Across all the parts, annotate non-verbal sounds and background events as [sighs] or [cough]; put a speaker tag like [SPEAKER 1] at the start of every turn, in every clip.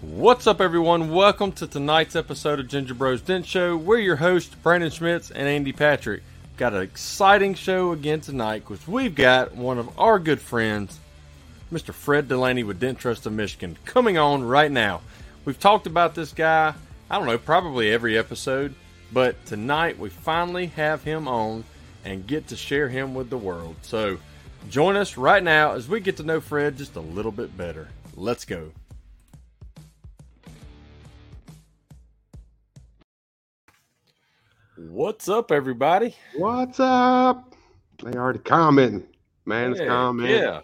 [SPEAKER 1] What's up, everyone? Welcome to tonight's episode of Ginger Bros Den Show. We're your hosts, Brandon Schmitz and Andy Patrick. Got an exciting show again tonight because we've got one of our good friends, Mr. Fred Delaney with Dent Trust of Michigan, coming on right now. We've talked about this guy, I don't know, probably every episode, but tonight we finally have him on and get to share him with the world. So join us right now as we get to know Fred just a little bit better. Let's go. What's up, everybody?
[SPEAKER 2] What's up? They already commenting. Man is
[SPEAKER 1] Hey,
[SPEAKER 2] commenting.
[SPEAKER 1] Yeah.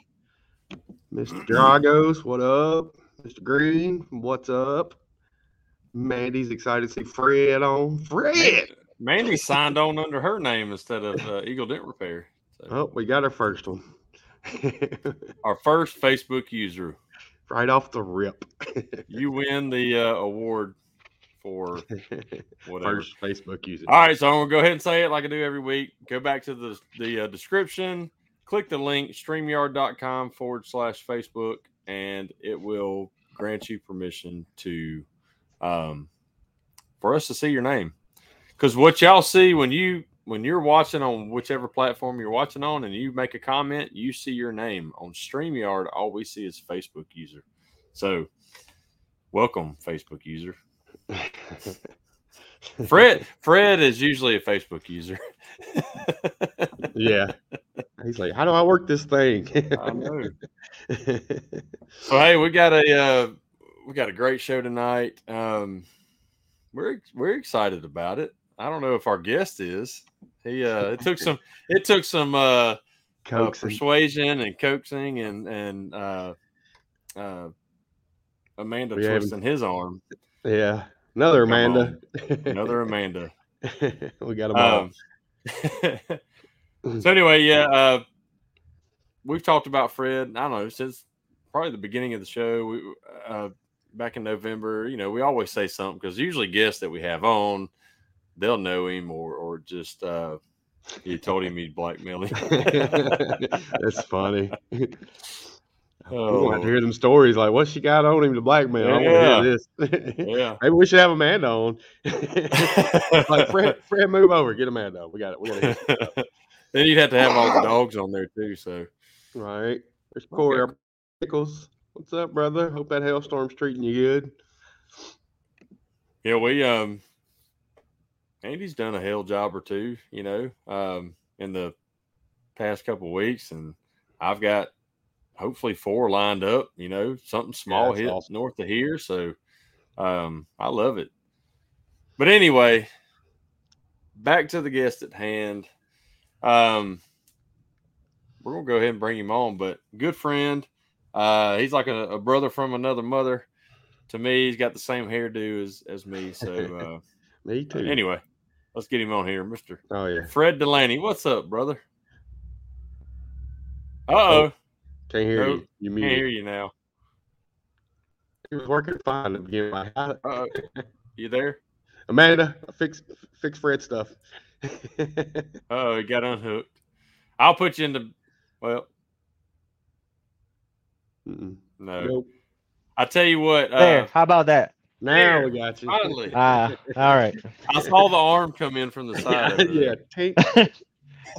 [SPEAKER 2] Mr. Dragos, what up? Mr. Green, what's up? Mandy's excited to see Fred on. Fred!
[SPEAKER 1] Mandy signed on under her name instead of uh, Eagle Dent Repair. So,
[SPEAKER 2] Oh, we got our first one. [laughs]
[SPEAKER 1] Our first Facebook user.
[SPEAKER 2] right off the rip. [laughs]
[SPEAKER 1] You win the uh, award for whatever.
[SPEAKER 2] first Facebook user.
[SPEAKER 1] All right, so I'm gonna go ahead and say it like I do every week. Go back to the the uh, description, click the link streamyard.com forward slash Facebook, and it will grant you permission to um, for us to see your name. Because what y'all see when you when you're watching on whichever platform you're watching on, and you make a comment, you see your name on Streamyard. All we see is Facebook user. So, welcome Facebook user. Ah.
[SPEAKER 2] [laughs]
[SPEAKER 1] Fred Fred is usually a Facebook user.
[SPEAKER 2] yeah. He's like, how do I work this thing?
[SPEAKER 1] I know. So hey, we got a uh, we got a great show tonight. Um, we're we're excited about it. I don't know if our guest is. He uh, it took some it took some uh, uh,
[SPEAKER 2] [laughs] Coaxing.
[SPEAKER 1] persuasion and coaxing and and uh, uh, Amanda
[SPEAKER 2] We haven't-
[SPEAKER 1] twisting his arm.
[SPEAKER 2] yeah. Another
[SPEAKER 1] Come
[SPEAKER 2] Amanda.
[SPEAKER 1] Another Amanda.
[SPEAKER 2] [laughs] we got them all.
[SPEAKER 1] Um, [laughs] so anyway, yeah, uh, we've talked about Fred. I don't know since probably the beginning of the show. We uh, back in November. You know, we always say something because usually guests that we have on, they'll know him or or just uh, he told him he'd blackmail
[SPEAKER 2] [laughs]
[SPEAKER 1] him. [laughs]
[SPEAKER 2] That's funny. We
[SPEAKER 1] oh,
[SPEAKER 2] want to hear them stories like what she got on him to blackmail. I want to hear this. [laughs]
[SPEAKER 1] yeah.
[SPEAKER 2] Maybe we should have Amanda on. [laughs] like Fred, Fred, move over, get Amanda. On. We got it. We got it.
[SPEAKER 1] [laughs] then you'd have to have all the dogs on there too. So
[SPEAKER 2] Right.
[SPEAKER 1] [laughs]
[SPEAKER 2] There's Corey our Pickles. What's up, brother? Hope that hailstorm's treating you good.
[SPEAKER 1] Yeah, we um Andy's done a hell job or two, you know, um in the past couple weeks and I've got hopefully four lined up, you know, something small
[SPEAKER 2] that's
[SPEAKER 1] hit
[SPEAKER 2] awesome.
[SPEAKER 1] north of here, so um I love it. But anyway, back to the guest at hand. Um we're going to go ahead and bring him on, but good friend. Uh he's like a, a brother from another mother to me, he's got the same hairdo as as me.
[SPEAKER 2] [laughs]
[SPEAKER 1] So
[SPEAKER 2] Me
[SPEAKER 1] uh,
[SPEAKER 2] too.
[SPEAKER 1] anyway, let's get him on here, Mister
[SPEAKER 2] Oh yeah.
[SPEAKER 1] Fred Delaney. What's up, brother? Uh oh,
[SPEAKER 2] Can't hear
[SPEAKER 1] Nope.
[SPEAKER 2] you. You
[SPEAKER 1] can't hear
[SPEAKER 2] muted.
[SPEAKER 1] you now.
[SPEAKER 2] It was working fine at the beginning. Like, how-
[SPEAKER 1] Uh oh, you there?
[SPEAKER 2] Amanda, fix fix Fred stuff. [laughs]
[SPEAKER 1] Oh, he got unhooked. I'll put you in the. Well,
[SPEAKER 2] Mm-mm.
[SPEAKER 1] no.
[SPEAKER 2] Nope.
[SPEAKER 1] I tell you what.
[SPEAKER 3] There.
[SPEAKER 1] Uh,
[SPEAKER 3] How
[SPEAKER 1] [laughs]
[SPEAKER 3] about that?
[SPEAKER 2] Now
[SPEAKER 1] there.
[SPEAKER 2] we got you.
[SPEAKER 1] finally,
[SPEAKER 3] Ah, all right.
[SPEAKER 1] I saw the arm come in from the side. over
[SPEAKER 2] [laughs] [laughs] yeah,
[SPEAKER 1] there.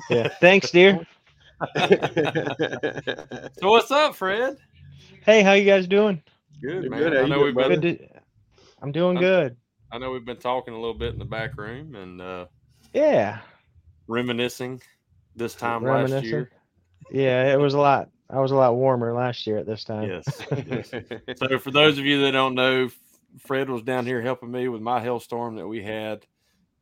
[SPEAKER 3] Yeah. Thanks, dear.
[SPEAKER 2] tank.
[SPEAKER 1] So what's up, Fred?
[SPEAKER 3] Hey, how you guys doing?
[SPEAKER 1] Good
[SPEAKER 2] You're
[SPEAKER 1] man.
[SPEAKER 2] good, how
[SPEAKER 1] I
[SPEAKER 2] you
[SPEAKER 1] know
[SPEAKER 2] doing,
[SPEAKER 1] we've
[SPEAKER 2] brother?
[SPEAKER 1] been
[SPEAKER 3] Good. To, I'm doing
[SPEAKER 1] I'm-
[SPEAKER 3] good.
[SPEAKER 1] I know we've been talking a little bit in the back room and uh,
[SPEAKER 3] Yeah.
[SPEAKER 1] reminiscing this time last
[SPEAKER 3] Reminiscing.
[SPEAKER 1] year.
[SPEAKER 3] Yeah, it was a lot. I was a lot warmer last year at this time. [laughs]
[SPEAKER 1] Yes. yes. so for those of you that don't know, F- Fred was down here helping me with my hailstorm that we had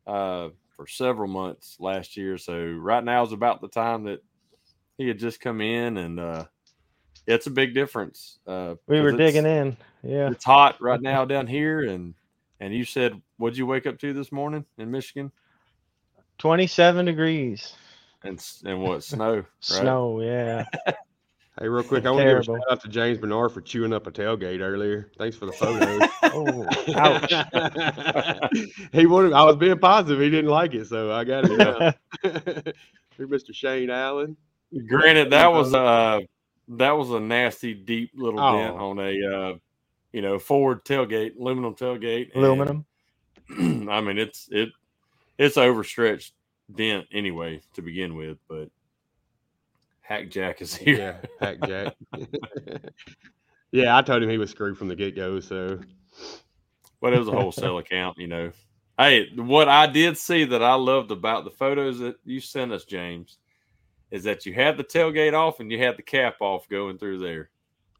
[SPEAKER 1] uh, for several months last year. So right now is about the time that he had just come in, and uh, it's a big difference. Uh,
[SPEAKER 3] We were
[SPEAKER 1] 'cause it's-
[SPEAKER 3] digging in. Yeah.
[SPEAKER 1] It's hot right now down here, and and you said, what'd you wake up to this morning in Michigan?
[SPEAKER 3] 27 degrees.
[SPEAKER 1] And s- and what snow? Right?
[SPEAKER 3] [laughs]
[SPEAKER 1] [laughs]
[SPEAKER 3] Snow. Yeah.
[SPEAKER 2] Hey, real quick, I want to give a shout
[SPEAKER 3] Terrible.
[SPEAKER 2] out to James Bernard for chewing up a tailgate earlier. Thanks for the photos.
[SPEAKER 3] Oh, ouch.
[SPEAKER 2] [laughs] he wanted. I was being positive. He didn't like it, so I got it. Now.
[SPEAKER 3] [laughs]
[SPEAKER 2] [laughs] Through Mr. Shane Allen.
[SPEAKER 1] Granted, that was uh that was a nasty deep little dent
[SPEAKER 2] Oh.
[SPEAKER 1] on a uh, you you know, forward tailgate, aluminum tailgate. and-
[SPEAKER 3] Aluminum.
[SPEAKER 1] [clears throat] I mean, it's it it's an overstretched dent anyway to begin with, but Hack Jack is here.
[SPEAKER 4] Yeah, Hack
[SPEAKER 2] [laughs]
[SPEAKER 4] Jack. yeah, I told him he was screwed from the get go. So
[SPEAKER 1] But it was a wholesale account, you know. Hey, what I did see that I loved about the photos that you sent us, James, is that you had the tailgate off and you had the cap off going through there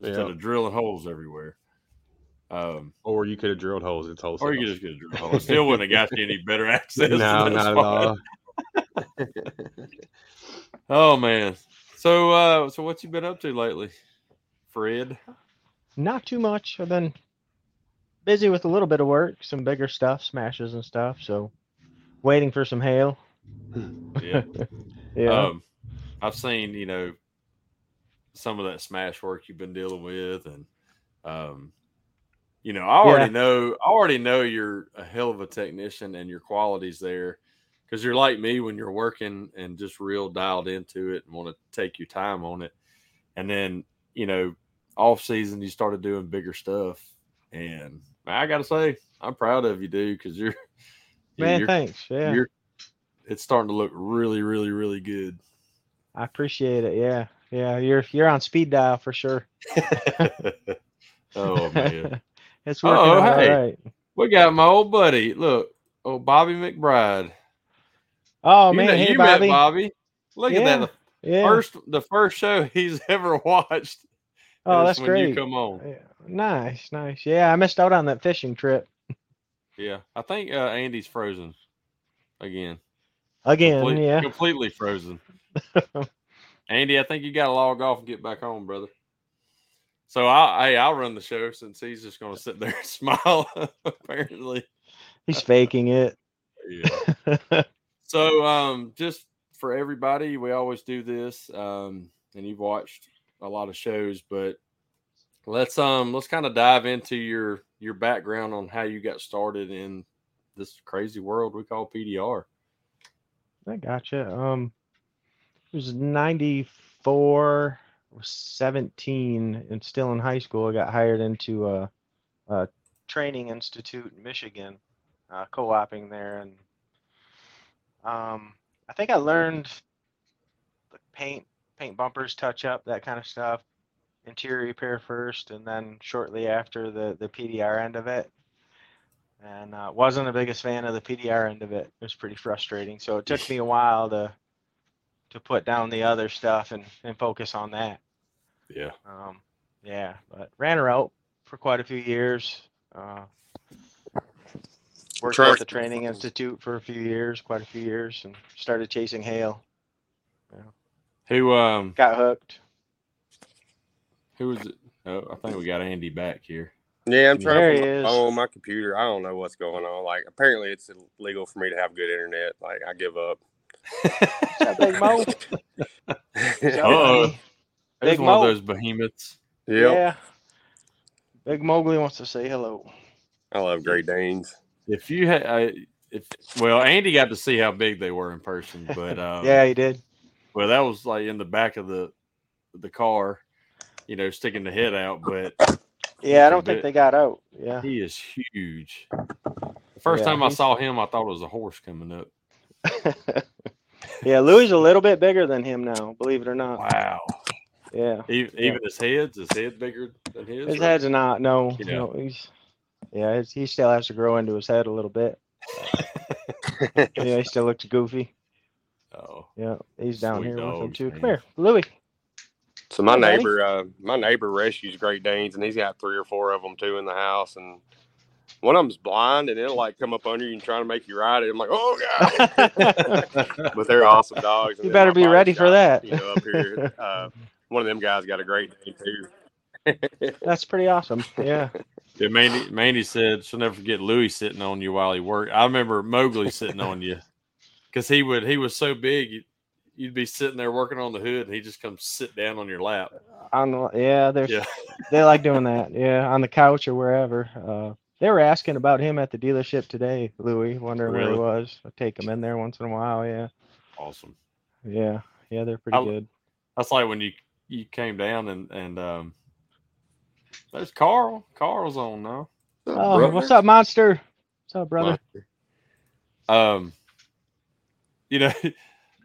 [SPEAKER 1] instead
[SPEAKER 4] yeah,
[SPEAKER 1] of drilling holes everywhere. Um,
[SPEAKER 4] or you could have drilled holes. It's wholesale.
[SPEAKER 1] or you [laughs] just could have drilled holes. Still wouldn't have got you any better [laughs] access.
[SPEAKER 4] no,
[SPEAKER 1] to that
[SPEAKER 4] not at
[SPEAKER 1] spot.
[SPEAKER 4] all.
[SPEAKER 1] Oh man. So uh so what you been up to lately, Fred?
[SPEAKER 3] Not too much. I've been busy with a little bit of work, some bigger stuff, smashes and stuff. So waiting for some hail.
[SPEAKER 1] Yeah.
[SPEAKER 3] Yeah.
[SPEAKER 1] Um I've seen, you know, some of that smash work you've been dealing with and um you know, I already
[SPEAKER 3] Yeah.
[SPEAKER 1] know I already know you're a hell of a technician and your quality's there cuz you're like me when you're working and just real dialed into it and want to take your time on it. And then, you know, off season you started doing bigger stuff and I got to say I'm proud of you dude cuz you're
[SPEAKER 3] Man,
[SPEAKER 1] you're-
[SPEAKER 3] thanks. Yeah.
[SPEAKER 1] you're it's starting to look really, really, really good.
[SPEAKER 3] I appreciate it. Yeah. Yeah. You're you're on speed dial for sure.
[SPEAKER 1] oh man.
[SPEAKER 3] [laughs] it's working
[SPEAKER 1] Oh,
[SPEAKER 3] out
[SPEAKER 1] hey.
[SPEAKER 3] all right.
[SPEAKER 1] [laughs] We got my old buddy. Look, oh Bobby McBride.
[SPEAKER 3] Oh
[SPEAKER 1] you
[SPEAKER 3] man,
[SPEAKER 1] know-
[SPEAKER 3] hey
[SPEAKER 1] you
[SPEAKER 3] Bobby.
[SPEAKER 1] met Bobby. Look at that.
[SPEAKER 3] Yeah,
[SPEAKER 1] The
[SPEAKER 3] yeah.
[SPEAKER 1] first the first show [laughs] he's ever watched.
[SPEAKER 3] oh,
[SPEAKER 1] is
[SPEAKER 3] that's
[SPEAKER 1] when you
[SPEAKER 3] great.
[SPEAKER 1] come on.
[SPEAKER 3] Yeah, Nice, nice. Yeah, I missed out on that fishing trip
[SPEAKER 1] Yeah. I think uh, Andy's frozen again.
[SPEAKER 3] again.
[SPEAKER 1] Complete-
[SPEAKER 3] yeah.
[SPEAKER 1] Completely
[SPEAKER 3] [laughs]
[SPEAKER 1] frozen. Andy, I think you gotta log off and get back home, brother. So I hey, I'll run the show since he's just gonna sit there [laughs] and smile, apparently.
[SPEAKER 3] He's faking it.
[SPEAKER 1] Yeah.
[SPEAKER 3] [laughs]
[SPEAKER 1] So, um, just for everybody, we always do this, um, and you've watched a lot of shows, but let's um let's kind of dive into your your background on how you got started in this crazy world we call PDR.
[SPEAKER 3] I gotcha. Um, it was 94, I was 17, and still in high school. I got hired into a, a training institute in Michigan, uh, co oping there. And um, I think I learned the paint, paint bumpers, touch up, that kind of stuff, interior repair first, and then shortly after the, the PDR end of it. And uh, wasn't the biggest fan of the PDR end of it. It was pretty frustrating. So it took me a while to to put down the other stuff and, and focus on that.
[SPEAKER 1] Yeah,
[SPEAKER 3] Um, yeah, but ran her out for quite a few years. Uh, worked
[SPEAKER 4] Trash.
[SPEAKER 3] at the training institute for a few years, quite a few years, and started chasing hail.
[SPEAKER 1] who um
[SPEAKER 3] Got hooked.
[SPEAKER 1] who was it? Oh, I think we got Andy back
[SPEAKER 3] [laughs]
[SPEAKER 1] here.
[SPEAKER 2] Yeah, I'm
[SPEAKER 3] There
[SPEAKER 2] trying
[SPEAKER 3] he
[SPEAKER 2] to find
[SPEAKER 3] is.
[SPEAKER 2] my phone, Oh, my computer. I don't know what's going on. Like, apparently, it's illegal for me to have good internet. Like, I give up.
[SPEAKER 3] Is that Big Mo?
[SPEAKER 2] [laughs]
[SPEAKER 3] Is that
[SPEAKER 1] Uh-oh.
[SPEAKER 3] me?
[SPEAKER 1] He's
[SPEAKER 3] Big
[SPEAKER 1] one of
[SPEAKER 3] Mo.
[SPEAKER 1] those behemoths.
[SPEAKER 2] yeah,
[SPEAKER 3] Yeah. Big Mowgli wants to say hello.
[SPEAKER 2] I love Great Danes.
[SPEAKER 1] If you had, I if well, Andy got to see how big they were in person,
[SPEAKER 3] [laughs]
[SPEAKER 1] but um,
[SPEAKER 3] Yeah, he did.
[SPEAKER 1] Well, that was like in the back of the the car, you know, sticking the head out. But
[SPEAKER 3] Yeah, I
[SPEAKER 1] a
[SPEAKER 3] don't think
[SPEAKER 1] bit.
[SPEAKER 3] they got out. Yeah.
[SPEAKER 1] he is huge. The first
[SPEAKER 3] Yeah,
[SPEAKER 1] time I
[SPEAKER 3] he's-
[SPEAKER 1] saw him, I thought it was a horse coming up.
[SPEAKER 3] yeah, Louis is a little bit bigger than him now, believe it or not.
[SPEAKER 1] Wow!
[SPEAKER 3] Uh, Yeah.
[SPEAKER 1] Even, even his head's his head bigger than his.
[SPEAKER 3] His
[SPEAKER 1] or-
[SPEAKER 3] head's not. No,
[SPEAKER 1] You
[SPEAKER 3] no, he's yeah, his, he still has to grow into his head a little
[SPEAKER 1] [laughs]
[SPEAKER 3] bit. yeah, he still looks goofy.
[SPEAKER 1] Oh,
[SPEAKER 3] Yeah, he's down
[SPEAKER 1] Sweet
[SPEAKER 3] here with him
[SPEAKER 1] dogs,
[SPEAKER 3] too.
[SPEAKER 1] man.
[SPEAKER 3] Come here,
[SPEAKER 1] [laughs]
[SPEAKER 3] Louis.
[SPEAKER 2] So my
[SPEAKER 3] Hey, buddy.
[SPEAKER 2] neighbor, uh, my neighbor rescues Great Danes, and he's got three or four of them too in the house. And one of them's blind, and it'll like come up under you and try to make you ride it. I'm like, oh
[SPEAKER 3] [laughs]
[SPEAKER 2] god! but they're awesome dogs. and
[SPEAKER 3] You
[SPEAKER 2] then
[SPEAKER 3] better
[SPEAKER 2] my
[SPEAKER 3] be
[SPEAKER 2] body
[SPEAKER 3] ready for
[SPEAKER 2] shop,
[SPEAKER 3] that.
[SPEAKER 2] You know, up here, uh, one of them guys got a Great Dane too.
[SPEAKER 3] That's pretty awesome. Yeah.
[SPEAKER 1] yeah, Mandy, Mandy said she'll never forget Louis sitting on you while he worked. I remember Mowgli sitting on you because he would he was so big. You, You'd be sitting there working on the hood, and he just comes sit down on your lap.
[SPEAKER 3] On the yeah, there's
[SPEAKER 1] Yeah.
[SPEAKER 3] they like doing that. Yeah, on the couch or wherever. Uh, they were asking about him at the dealership today, Louis, wondering where
[SPEAKER 1] Really?
[SPEAKER 3] he was. I take him in there once in a while. Yeah,
[SPEAKER 1] Awesome.
[SPEAKER 3] yeah, yeah. They're pretty
[SPEAKER 1] I'll-
[SPEAKER 3] good.
[SPEAKER 1] That's like when you you came down and and um, There's Carl. Carl's on now.
[SPEAKER 3] Oh, what's up, monster? What's up, brother?
[SPEAKER 1] Um, you know, [laughs]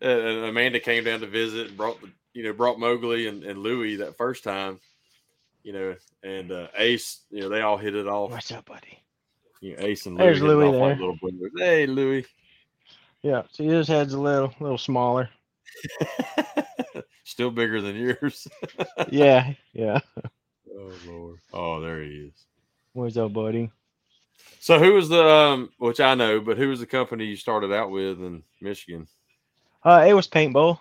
[SPEAKER 1] and Amanda came down to visit and brought the you know brought Mowgli and, and Louie that first time. You know, and uh, Ace. You know, they all hit it off.
[SPEAKER 3] What's up, buddy?
[SPEAKER 1] You know, Ace and Louie.
[SPEAKER 3] There's
[SPEAKER 1] hit it
[SPEAKER 3] Louie
[SPEAKER 1] off like
[SPEAKER 3] there.
[SPEAKER 1] little brothers. Hey, Louie.
[SPEAKER 3] Yeah, see his head's a little little [laughs] smaller.
[SPEAKER 1] Still bigger than yours. [laughs]
[SPEAKER 3] yeah, yeah.
[SPEAKER 1] Oh Lord. Oh, there he is.
[SPEAKER 3] What's up, buddy?
[SPEAKER 1] So who was the um, which I know, but who was the company you started out with in Michigan?
[SPEAKER 3] Uh, it was paintball.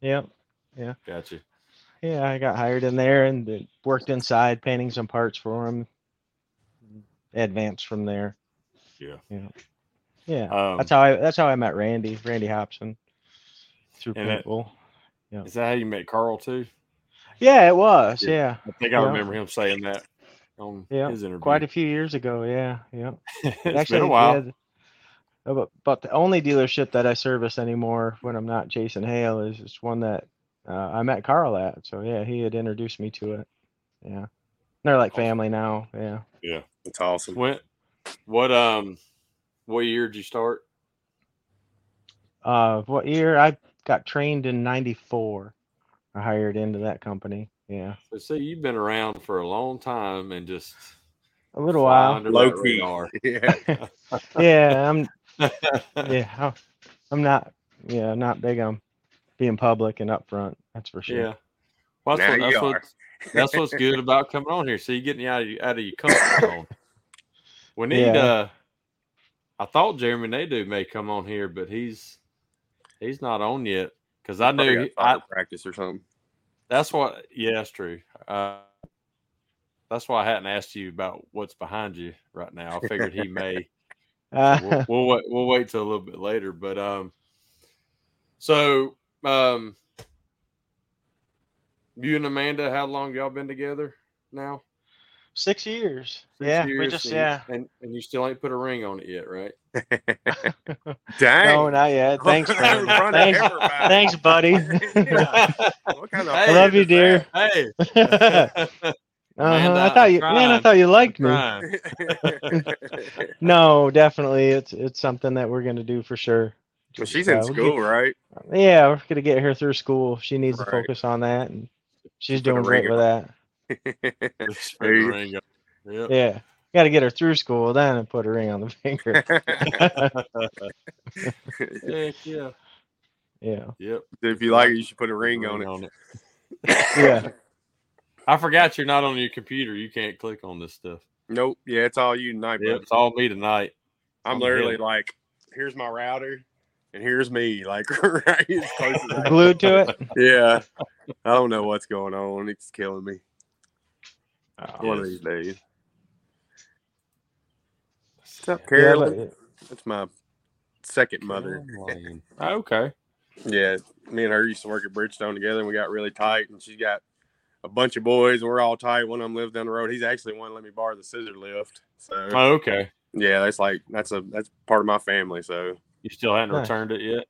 [SPEAKER 3] Yep.
[SPEAKER 1] Gotcha.
[SPEAKER 3] Yeah, I got hired in there and then worked inside painting some parts for him. Advanced from there.
[SPEAKER 1] Yeah.
[SPEAKER 3] Yeah. Yeah.
[SPEAKER 1] Um,
[SPEAKER 3] that's how I that's how I met Randy, Randy Hobson. Through
[SPEAKER 1] And that-
[SPEAKER 3] paintball. Oh.
[SPEAKER 1] is that how you met Carl too?
[SPEAKER 3] yeah, it was.
[SPEAKER 1] Yeah.
[SPEAKER 3] Yeah.
[SPEAKER 1] I think I
[SPEAKER 3] Yeah.
[SPEAKER 1] remember him saying that on
[SPEAKER 3] Yeah,
[SPEAKER 1] his interview. [laughs]
[SPEAKER 3] Quite a few years ago. Yeah. Yeah.
[SPEAKER 1] it's
[SPEAKER 3] Actually,
[SPEAKER 1] been a while.
[SPEAKER 3] yeah, th- About, about the only dealership that I service anymore when I'm not Jason Hale is just one that uh, I met Carl at. So yeah, he had introduced me to it. Yeah, they're like family now. Yeah,
[SPEAKER 2] That's awesome.
[SPEAKER 1] When, what um, what year did you start?
[SPEAKER 3] uh, what year I got trained in '94, I hired into that company. Yeah,
[SPEAKER 1] So see, you've been around for a long time and just
[SPEAKER 3] a little
[SPEAKER 1] fly
[SPEAKER 3] while.
[SPEAKER 1] under
[SPEAKER 2] Low
[SPEAKER 1] that
[SPEAKER 2] key. [laughs]
[SPEAKER 1] radar.
[SPEAKER 2] [laughs] Yeah.
[SPEAKER 1] [laughs]
[SPEAKER 3] Yeah, I'm. yeah, I'm- I'm not. Yeah, I'm not big on being public and upfront. That's for sure.
[SPEAKER 1] Yeah. Well, that's, what,
[SPEAKER 2] Now you
[SPEAKER 1] that's,
[SPEAKER 2] are.
[SPEAKER 1] what's, that's
[SPEAKER 2] [laughs]
[SPEAKER 1] what's good about coming on here. So you're getting out of your, out of your comfort zone. We need.
[SPEAKER 3] Yeah.
[SPEAKER 1] uh I thought Jeremy Nadu may come on here, but he's he's not on yet because I
[SPEAKER 2] Probably
[SPEAKER 1] knew he,
[SPEAKER 2] got
[SPEAKER 1] I,
[SPEAKER 2] soccer practice or something.
[SPEAKER 1] that's what. Yeah, that's true. Uh, that's why I hadn't asked you about what's behind you right now. I figured he may.
[SPEAKER 2] [laughs]
[SPEAKER 3] Uh,
[SPEAKER 1] we'll, we'll wait. We'll wait till a little bit later. But um, so um, you and Amanda, how long y'all been together now?
[SPEAKER 3] [laughs] six years.
[SPEAKER 1] Six
[SPEAKER 3] yeah, we
[SPEAKER 1] years,
[SPEAKER 3] just
[SPEAKER 1] and-
[SPEAKER 3] yeah.
[SPEAKER 1] and and you still ain't put a ring on it yet,
[SPEAKER 3] [laughs]
[SPEAKER 1] right?
[SPEAKER 2] Dang.
[SPEAKER 3] No,
[SPEAKER 2] [laughs]
[SPEAKER 3] not yet. Thanks,
[SPEAKER 2] Right in
[SPEAKER 3] buddy.
[SPEAKER 2] front of
[SPEAKER 3] Thanks,
[SPEAKER 2] everybody.
[SPEAKER 3] thanks,
[SPEAKER 2] [laughs]
[SPEAKER 3] buddy. Uh-huh.
[SPEAKER 2] Yeah. Oh, What kind of
[SPEAKER 1] I
[SPEAKER 3] I love you, dear. [laughs]
[SPEAKER 1] hey,
[SPEAKER 3] uh-huh.
[SPEAKER 2] uh,
[SPEAKER 3] I thought you, man. I
[SPEAKER 1] Brian.
[SPEAKER 3] thought you liked me.
[SPEAKER 1] Brian,
[SPEAKER 3] No, definitely, it's it's something that we're gonna do for sure.
[SPEAKER 2] [laughs] well, she's in
[SPEAKER 3] Uh, we'll get-
[SPEAKER 2] school, right?
[SPEAKER 3] yeah, we're gonna get her through school. She needs to
[SPEAKER 2] Right.
[SPEAKER 3] focus on that, and she's
[SPEAKER 2] Put a
[SPEAKER 3] doing great
[SPEAKER 2] ring
[SPEAKER 3] with that.
[SPEAKER 2] [laughs]
[SPEAKER 1] let's put
[SPEAKER 2] There
[SPEAKER 1] a
[SPEAKER 2] you-
[SPEAKER 1] ring on. Yep.
[SPEAKER 3] Yeah, got to get her through school then and put a ring on
[SPEAKER 2] [laughs]
[SPEAKER 3] the [laughs] finger.
[SPEAKER 1] Heck yeah.
[SPEAKER 3] yeah,
[SPEAKER 1] Yep.
[SPEAKER 2] if you like it, you should put a ring on it.
[SPEAKER 3] yeah,
[SPEAKER 1] I forgot you're not on your computer. You can't click on this stuff.
[SPEAKER 2] Nope. Yeah, it's all you tonight, bro.
[SPEAKER 1] Yep. It's all me tonight.
[SPEAKER 2] I'm
[SPEAKER 1] I'm
[SPEAKER 2] literally
[SPEAKER 1] him.
[SPEAKER 2] like, here's my router, and here's me, like [laughs] right as close as
[SPEAKER 3] [laughs]
[SPEAKER 2] I can. [laughs]
[SPEAKER 3] glued to it.
[SPEAKER 2] Yeah. I don't know what's going on. It's killing me. One of
[SPEAKER 1] Yes.
[SPEAKER 2] these days. What's up,
[SPEAKER 3] Yeah,
[SPEAKER 2] Carolyn?
[SPEAKER 3] but-
[SPEAKER 2] That's my second mother. [laughs]
[SPEAKER 1] Caroline. okay.
[SPEAKER 2] Yeah, me and her used to work at Bridgestone together, and we got really tight. And she's got a bunch of boys, and we're all tight. One of them lives down the road. He's actually one that let me borrow the scissor lift. So
[SPEAKER 1] Oh, okay.
[SPEAKER 2] yeah, that's like that's a that's part of my family. So
[SPEAKER 1] You still hadn't
[SPEAKER 3] Nice.
[SPEAKER 1] returned it yet.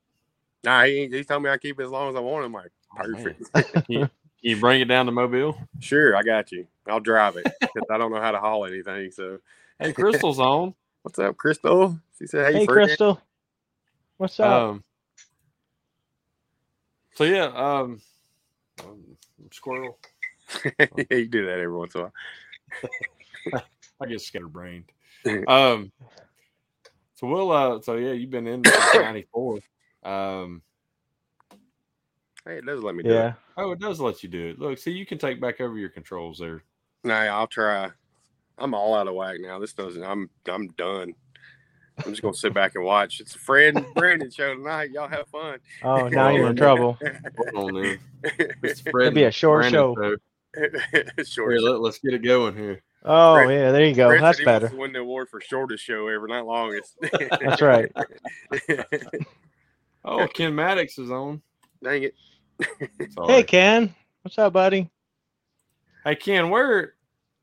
[SPEAKER 2] nah, he he's told me I keep it as long as I want. I'm like,
[SPEAKER 1] Oh, man.
[SPEAKER 2] perfect.
[SPEAKER 1] Can you bring it down to Mobile?
[SPEAKER 2] Sure, I got you. I'll drive it [laughs] because I don't know how to haul anything. So [laughs]
[SPEAKER 1] Hey, Crystal's on.
[SPEAKER 2] what's up, Crystal? She said, "Hey, Oh,
[SPEAKER 3] Hey,
[SPEAKER 2] friend.
[SPEAKER 3] Crystal, what's up?
[SPEAKER 1] Um, so yeah, um, um, squirrel.
[SPEAKER 2] [laughs] yeah, you do that every once in a while."
[SPEAKER 1] I get
[SPEAKER 2] [laughs]
[SPEAKER 1] scatterbrained. Um, so we'll. Uh, so yeah, you've been in since
[SPEAKER 2] [coughs]
[SPEAKER 1] '94. Um,
[SPEAKER 2] Hey, it does let me do it.
[SPEAKER 3] yeah,
[SPEAKER 1] oh, it does let you do it. Look, see, you can take back over your controls there.
[SPEAKER 2] Nah, I'll try. I'm all out of whack now. This doesn't. I'm I'm done. I'm just gonna sit back and watch. It's a Fred
[SPEAKER 3] [laughs]
[SPEAKER 2] and Brandon show tonight. Y'all have fun. [laughs]
[SPEAKER 3] oh, now you're in trouble.
[SPEAKER 1] Hold on, man. It's
[SPEAKER 3] [laughs]
[SPEAKER 1] Fred
[SPEAKER 3] It'd be a
[SPEAKER 1] and
[SPEAKER 3] short
[SPEAKER 1] Brandon
[SPEAKER 3] show.
[SPEAKER 2] Short.
[SPEAKER 1] Here, let, us get it going here.
[SPEAKER 3] Oh
[SPEAKER 2] Brandon-
[SPEAKER 3] yeah, there you go.
[SPEAKER 2] Brandon
[SPEAKER 3] That's
[SPEAKER 2] said he wants
[SPEAKER 3] better.
[SPEAKER 2] to Win the award for shortest show ever, not longest. [laughs]
[SPEAKER 3] That's right.
[SPEAKER 1] Oh, Ken Maddox is on.
[SPEAKER 2] Dang it.
[SPEAKER 1] Sorry.
[SPEAKER 3] Hey Ken, what's up, buddy?
[SPEAKER 1] Hey Ken, where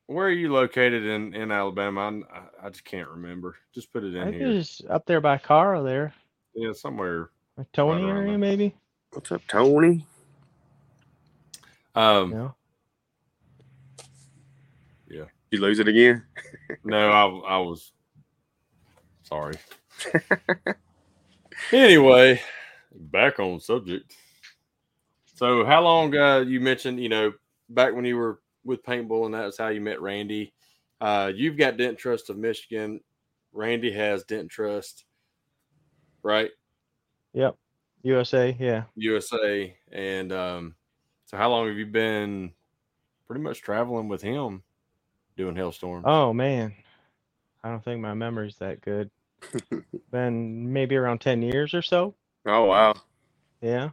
[SPEAKER 1] where are you located in in Alabama? I'm, I- I just can't remember. Just put it
[SPEAKER 3] I
[SPEAKER 1] in
[SPEAKER 3] think it
[SPEAKER 1] here.
[SPEAKER 3] was up there by Carl there,
[SPEAKER 1] Yeah, somewhere.
[SPEAKER 3] like Tony
[SPEAKER 1] around
[SPEAKER 3] area
[SPEAKER 1] there.
[SPEAKER 3] maybe.
[SPEAKER 2] What's up, Tony?
[SPEAKER 1] Um,
[SPEAKER 3] No.
[SPEAKER 2] You lose it again?
[SPEAKER 1] No, I, I was sorry. anyway, back on subject. So, how long uh, you mentioned? You know, back when you were with paintball, and that was how you met Randy. Uh, you've got Dent Trust of Michigan. Randy has Dent Trust, right?
[SPEAKER 3] Yep. USA. Yeah.
[SPEAKER 1] USA, and um, so how long have you been pretty much traveling with him, doing Hailstorm?
[SPEAKER 3] Oh man, I don't think my memory's that good. Been maybe around ten years or so.
[SPEAKER 2] Oh wow,
[SPEAKER 3] Yeah,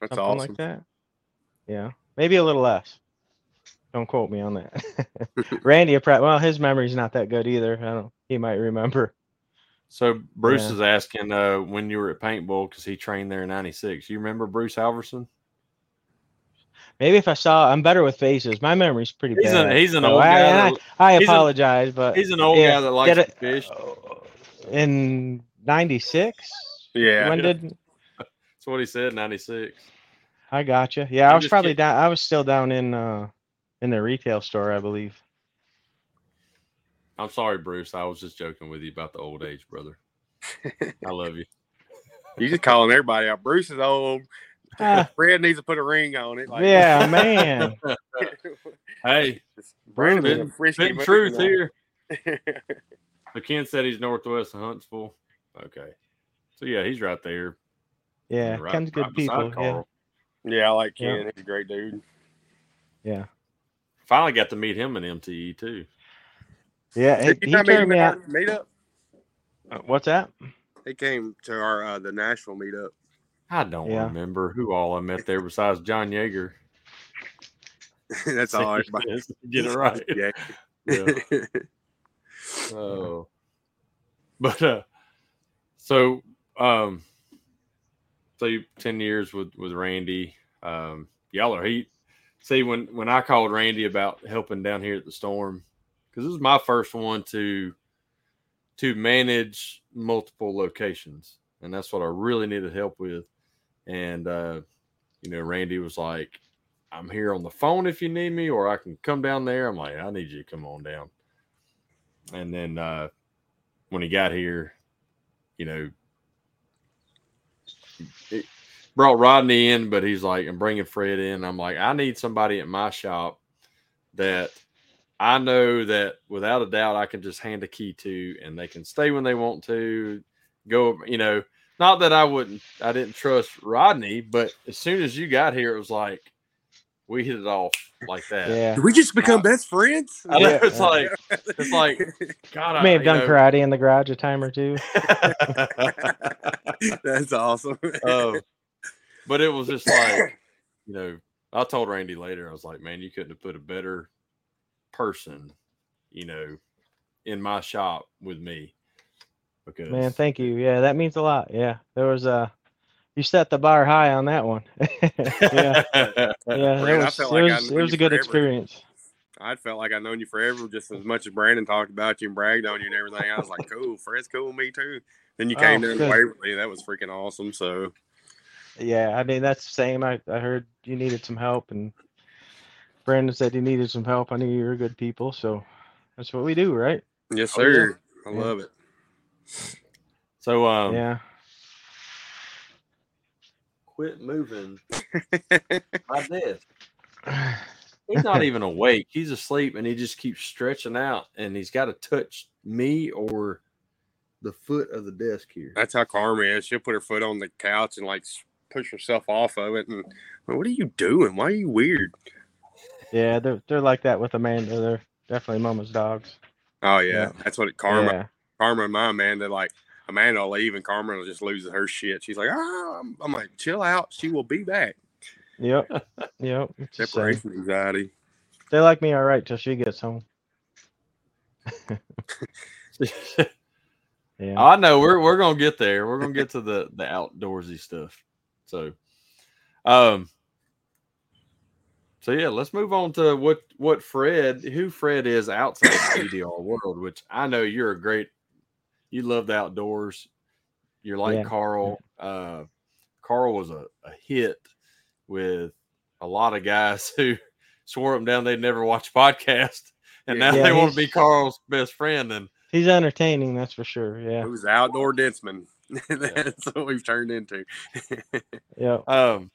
[SPEAKER 2] that's
[SPEAKER 3] something
[SPEAKER 2] awesome.
[SPEAKER 3] like that. Yeah, maybe a little less. Don't quote me on that. [laughs] Randy, prob- well, his memory's not that good either. I don't. He might remember.
[SPEAKER 1] So Bruce
[SPEAKER 3] Yeah.
[SPEAKER 1] is asking uh, when you were at paintball because he trained there in '96. You remember Bruce Halverson?
[SPEAKER 3] Maybe if I saw, I'm better with faces. My memory's pretty
[SPEAKER 1] He's
[SPEAKER 3] bad.
[SPEAKER 1] an he's an
[SPEAKER 3] So
[SPEAKER 1] old
[SPEAKER 3] I,
[SPEAKER 1] guy.
[SPEAKER 3] and
[SPEAKER 1] that-
[SPEAKER 3] I, I
[SPEAKER 1] he's a-
[SPEAKER 3] apologize, but
[SPEAKER 1] he's an old
[SPEAKER 3] Uh, yeah,
[SPEAKER 1] guy that likes
[SPEAKER 3] did
[SPEAKER 1] to fish.
[SPEAKER 3] in '96,
[SPEAKER 2] Yeah.
[SPEAKER 3] when did
[SPEAKER 1] That's what he said. '96.
[SPEAKER 3] I gotcha? Yeah, I
[SPEAKER 1] I'm
[SPEAKER 3] was
[SPEAKER 1] just
[SPEAKER 3] probably
[SPEAKER 1] kid-
[SPEAKER 3] down. I was still down in uh in the retail store, I
[SPEAKER 1] [laughs]
[SPEAKER 3] believe.
[SPEAKER 1] I'm sorry, Bruce. I was just joking with you about the old age,
[SPEAKER 3] [laughs]
[SPEAKER 1] brother. I love you.
[SPEAKER 2] You just calling everybody out. Bruce is old.
[SPEAKER 3] [laughs] Ah,
[SPEAKER 2] Fred needs to put a ring on it. Like, [laughs]
[SPEAKER 3] yeah, man.
[SPEAKER 1] Hey,
[SPEAKER 2] Brandon's
[SPEAKER 1] Been-
[SPEAKER 2] a frisky
[SPEAKER 1] big
[SPEAKER 2] man
[SPEAKER 1] truth
[SPEAKER 2] now.
[SPEAKER 1] here.
[SPEAKER 3] [laughs]
[SPEAKER 1] The Ken said he's northwest of Huntsville. Okay, so yeah, he's right there.
[SPEAKER 3] Yeah,
[SPEAKER 1] right,
[SPEAKER 3] Ken's good
[SPEAKER 1] right beside
[SPEAKER 3] people. Yeah,
[SPEAKER 1] Carl.
[SPEAKER 2] yeah, I like Ken.
[SPEAKER 3] Yeah.
[SPEAKER 2] He's a great dude.
[SPEAKER 3] yeah,
[SPEAKER 1] Finally got to meet him in MTE too.
[SPEAKER 3] yeah.
[SPEAKER 2] Did
[SPEAKER 3] He,
[SPEAKER 2] you
[SPEAKER 3] he
[SPEAKER 2] not meet
[SPEAKER 3] turned
[SPEAKER 2] him
[SPEAKER 3] me
[SPEAKER 2] at
[SPEAKER 3] out.
[SPEAKER 2] our meetup?
[SPEAKER 3] uh, What's that?
[SPEAKER 2] He came to our uh, the Nashville meetup. [laughs]
[SPEAKER 1] I don't
[SPEAKER 3] Yeah.
[SPEAKER 1] remember who all I met there besides John Yeager. [laughs]
[SPEAKER 2] that's all. Everybody.
[SPEAKER 1] Get it right.
[SPEAKER 2] Yeah.
[SPEAKER 1] [laughs] Yeah. Oh. But uh so um so you ten years with with Randy. Um y'all are heat. See when when I called Randy about helping down here at the storm, because this is my first one to to manage multiple locations. And that's what I really needed help with. And uh, you know, Randy was like, I'm here on the phone if you need me, or I can come down there. I'm like, I need you to come on down. And then uh, when he got here, you know, it brought Rodney in, but he's like, I'm bringing Fred in. I'm like, I need somebody at my shop that I know that without a doubt I can just hand a key to and they can stay when they want to go, you know, not that I wouldn't, I didn't trust Rodney, but as soon as you got here, it was like, we hit it off like that.
[SPEAKER 3] Yeah,
[SPEAKER 2] we just become best friends?
[SPEAKER 1] [laughs] I know,
[SPEAKER 3] Yeah.
[SPEAKER 1] it's like, it's like, God, I
[SPEAKER 3] may have done
[SPEAKER 1] you know,
[SPEAKER 3] karate in the garage a time or two.
[SPEAKER 2] [laughs] that's awesome. [laughs]
[SPEAKER 1] uh, [laughs] but it was just like, you know, I told Randy later, I was like, man, you couldn't have put a better person, you know, in my shop with me. Because [laughs]
[SPEAKER 3] Man, thank you. Yeah, that means a lot. Yeah, there was a. You set the bar high on that one. yeah, yeah.
[SPEAKER 2] Brad,
[SPEAKER 3] It
[SPEAKER 2] Uh, I
[SPEAKER 3] was,
[SPEAKER 2] felt
[SPEAKER 3] it
[SPEAKER 2] like I
[SPEAKER 3] was,
[SPEAKER 2] knew
[SPEAKER 3] it was
[SPEAKER 2] you
[SPEAKER 3] a good
[SPEAKER 2] forever.
[SPEAKER 3] experience.
[SPEAKER 2] I felt like I'd known you forever, just as much as Brandon talked about you and bragged on you and everything. I was like, cool, Fred's cool, me too. Then you came
[SPEAKER 3] Oh,
[SPEAKER 2] down
[SPEAKER 3] good.
[SPEAKER 2] to Waverly. That was freaking awesome. So,
[SPEAKER 3] Yeah, I mean that's the same. I, I heard you needed some help, and Brandon said you needed some help. I knew you were good people, so that's what we do, right?
[SPEAKER 2] yes,
[SPEAKER 1] Oh, yeah.
[SPEAKER 2] sir. I
[SPEAKER 3] Yeah.
[SPEAKER 2] love it.
[SPEAKER 1] so, um,
[SPEAKER 3] yeah.
[SPEAKER 1] quit [laughs] moving my desk. He's not even awake. He's asleep and he just keeps stretching out and he's got to touch me or the foot of the desk here.
[SPEAKER 2] That's how Carmen is. She'll put her foot on the couch and like s- push herself off of it. And "Man, what are you doing? Why are you weird?
[SPEAKER 3] Yeah, they're they're like that with Amanda. They're definitely mama's dogs.
[SPEAKER 2] Oh yeah,
[SPEAKER 3] Yeah.
[SPEAKER 2] that's what it, Carmen.
[SPEAKER 3] Yeah.
[SPEAKER 2] Carmen and my Amanda like Amanda will leave and Carmen will just lose her shit. She's like, oh, I'm, I'm like, chill out. She will be back. [laughs]
[SPEAKER 3] Yep. Yep. it's the same.
[SPEAKER 2] Separation anxiety.
[SPEAKER 3] They like me all right till she gets home. Yeah.
[SPEAKER 2] Uh,
[SPEAKER 1] I know we're we're gonna get there. We're gonna get to the the outdoorsy stuff. So, um, so yeah, let's move on to what what Fred who Fred is outside
[SPEAKER 3] [coughs]
[SPEAKER 1] the EDR world, which I know you're a great. You love the outdoors. You're like
[SPEAKER 3] Yeah.
[SPEAKER 1] Carl. Uh, Carl was a, a hit [laughs] with a lot of guys who swore him down they'd never watch [laughs] podcast and
[SPEAKER 2] Yeah.
[SPEAKER 1] now
[SPEAKER 3] Yeah,
[SPEAKER 1] they want
[SPEAKER 3] he's-
[SPEAKER 1] to be Carl's best friend. And
[SPEAKER 3] He's entertaining, that's for sure. Yeah.
[SPEAKER 2] Who's outdoor [laughs] denseman? That's what we've turned into.
[SPEAKER 3] Yeah.
[SPEAKER 1] um,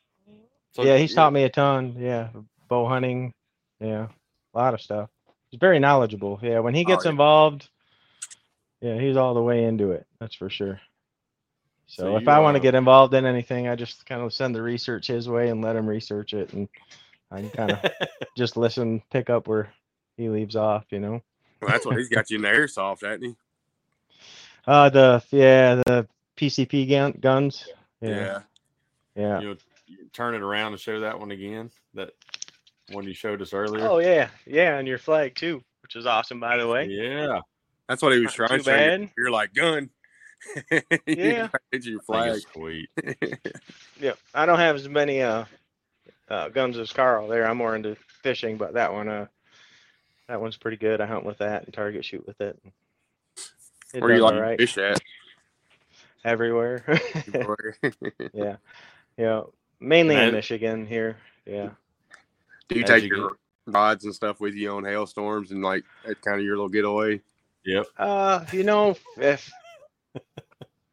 [SPEAKER 1] so-
[SPEAKER 3] yeah, he's taught me a ton. Yeah. Bow hunting. Yeah. A lot of stuff. He's very knowledgeable. Yeah. When he
[SPEAKER 2] Oh,
[SPEAKER 3] gets
[SPEAKER 2] yeah.
[SPEAKER 3] involved, yeah, he's all the way into it. That's for sure. So,
[SPEAKER 1] So
[SPEAKER 3] if
[SPEAKER 1] you,
[SPEAKER 3] I want
[SPEAKER 1] uh,
[SPEAKER 3] to get involved in anything, I just kind of send the research his way and let him research it. And I can kind of just listen, pick up where he leaves off, you know?
[SPEAKER 2] Well, that's why
[SPEAKER 3] [laughs]
[SPEAKER 2] he's got you in the airsoft, hasn't he?
[SPEAKER 3] Uh, the, yeah, the PCP gun, guns. Yeah. Yeah.
[SPEAKER 1] You'll, you turn it around and show that one again. That one you showed us earlier.
[SPEAKER 3] Oh yeah, yeah, and your flag too, which is awesome by the way.
[SPEAKER 1] yeah.
[SPEAKER 2] That's what he was
[SPEAKER 3] Not
[SPEAKER 2] trying
[SPEAKER 3] too
[SPEAKER 2] to
[SPEAKER 3] bad.
[SPEAKER 2] You're like gun. [laughs]
[SPEAKER 3] Yeah.
[SPEAKER 2] It's your
[SPEAKER 1] I think
[SPEAKER 2] flag.
[SPEAKER 1] it's sweet.
[SPEAKER 3] Yeah, I don't have as many uh, uh guns as Carl there. I'm more into fishing, but that one uh that one's pretty good. I hunt with that and target shoot with it. It
[SPEAKER 2] Where you
[SPEAKER 3] does
[SPEAKER 2] like
[SPEAKER 3] all
[SPEAKER 2] to
[SPEAKER 3] right
[SPEAKER 2] fish
[SPEAKER 3] [laughs]
[SPEAKER 2] at? [laughs]
[SPEAKER 3] everywhere. yeah. Yeah. Mainly
[SPEAKER 1] And
[SPEAKER 3] in
[SPEAKER 1] I-
[SPEAKER 3] Michigan here. Yeah.
[SPEAKER 2] Do you
[SPEAKER 1] As
[SPEAKER 2] take
[SPEAKER 1] you
[SPEAKER 2] your rods and stuff with you on hailstorms and like that's kind of your little getaway?
[SPEAKER 1] Yep.
[SPEAKER 3] Uh, you know, if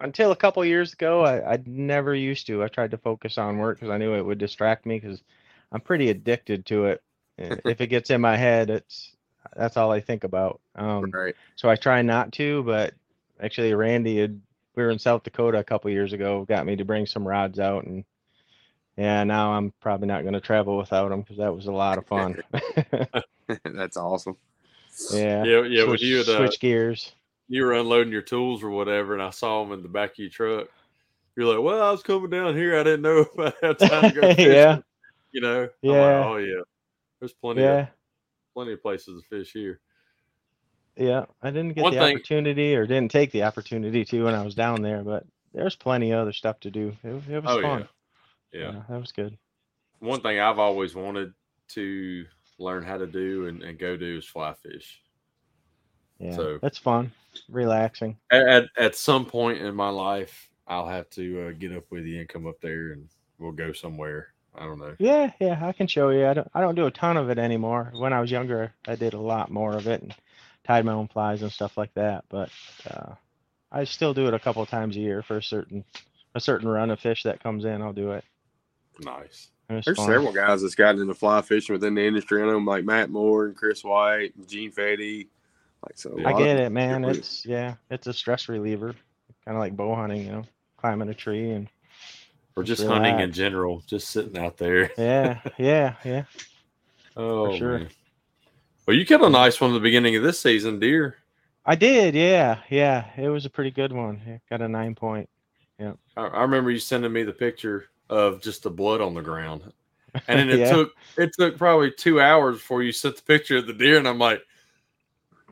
[SPEAKER 3] until a couple years ago, I, I never used to. I tried to focus on work because I knew it would distract me because I'm pretty addicted to it. I- If it gets in my head, it's that's all I think about. Um,
[SPEAKER 2] Right. [laughs]
[SPEAKER 3] so I try not to, but actually, Randy had we were in South Dakota a couple years ago, got me to bring some rods out, and yeah, now I'm probably not going to travel without them because that was a lot of fun.
[SPEAKER 2] that's awesome.
[SPEAKER 3] yeah,
[SPEAKER 1] Yeah. Yeah. When
[SPEAKER 3] switch,
[SPEAKER 1] you had, uh,
[SPEAKER 3] switch gears.
[SPEAKER 1] you were unloading your tools or whatever, and I saw them in the back of your truck. You're like, well, I was coming down here. I didn't know [laughs] if I had time
[SPEAKER 3] [laughs]
[SPEAKER 1] to go. Fishing.
[SPEAKER 3] Yeah.
[SPEAKER 1] You know. I'm like,
[SPEAKER 3] Yeah.
[SPEAKER 1] oh yeah. There's plenty of
[SPEAKER 3] Yeah.
[SPEAKER 1] plenty of places to fish here.
[SPEAKER 3] Yeah, I didn't get
[SPEAKER 1] One
[SPEAKER 3] the
[SPEAKER 1] thing-
[SPEAKER 3] opportunity or didn't take the opportunity to when I was down there, but there's plenty of other stuff to do. It, it was
[SPEAKER 1] Oh, yeah.
[SPEAKER 3] fun.
[SPEAKER 1] Yeah.
[SPEAKER 3] that was good.
[SPEAKER 1] One thing I've always wanted to learn how to do and, and go do is fly fish.
[SPEAKER 3] Yeah,
[SPEAKER 1] So-
[SPEAKER 3] that's fun, relaxing.
[SPEAKER 1] At, at, at some point in my life, I'll have to uh, get up with you and come up there and we'll go somewhere. I don't know.
[SPEAKER 3] Yeah, yeah, I can show you. I don't, I don't do a ton of it anymore. When I was younger, I did a lot more of it and tied my own flies and stuff like that. But uh, I still do it a couple times a year for a certain a certain run of fish that comes in. I'll do it.
[SPEAKER 1] Nice.
[SPEAKER 3] It was
[SPEAKER 2] There's
[SPEAKER 3] fun.
[SPEAKER 2] several guys that's gotten into fly fishing within the industry. I know like Matt Moore and Chris White, and Gene Fetty. Like so, a
[SPEAKER 1] I
[SPEAKER 3] I
[SPEAKER 2] lot of
[SPEAKER 3] get it, man.
[SPEAKER 2] different-
[SPEAKER 3] It's yeah, it's a stress reliever, kind of like bow hunting, you know, climbing a tree and
[SPEAKER 1] Or just
[SPEAKER 3] Relax.
[SPEAKER 1] hunting in general, just sitting out
[SPEAKER 3] [laughs]
[SPEAKER 1] there.
[SPEAKER 3] yeah, yeah, yeah.
[SPEAKER 1] Oh,
[SPEAKER 3] sure.
[SPEAKER 1] man. Well, you got a nice one at the beginning of this season, deer.
[SPEAKER 3] I did, yeah, yeah. It was a pretty good one. It got a nine point.
[SPEAKER 1] I, I remember you sending me the picture of just the blood on the ground, and
[SPEAKER 3] [laughs]
[SPEAKER 1] then it
[SPEAKER 3] Yeah.
[SPEAKER 1] took it took probably two hours before you sent the picture of the deer, and I'm like,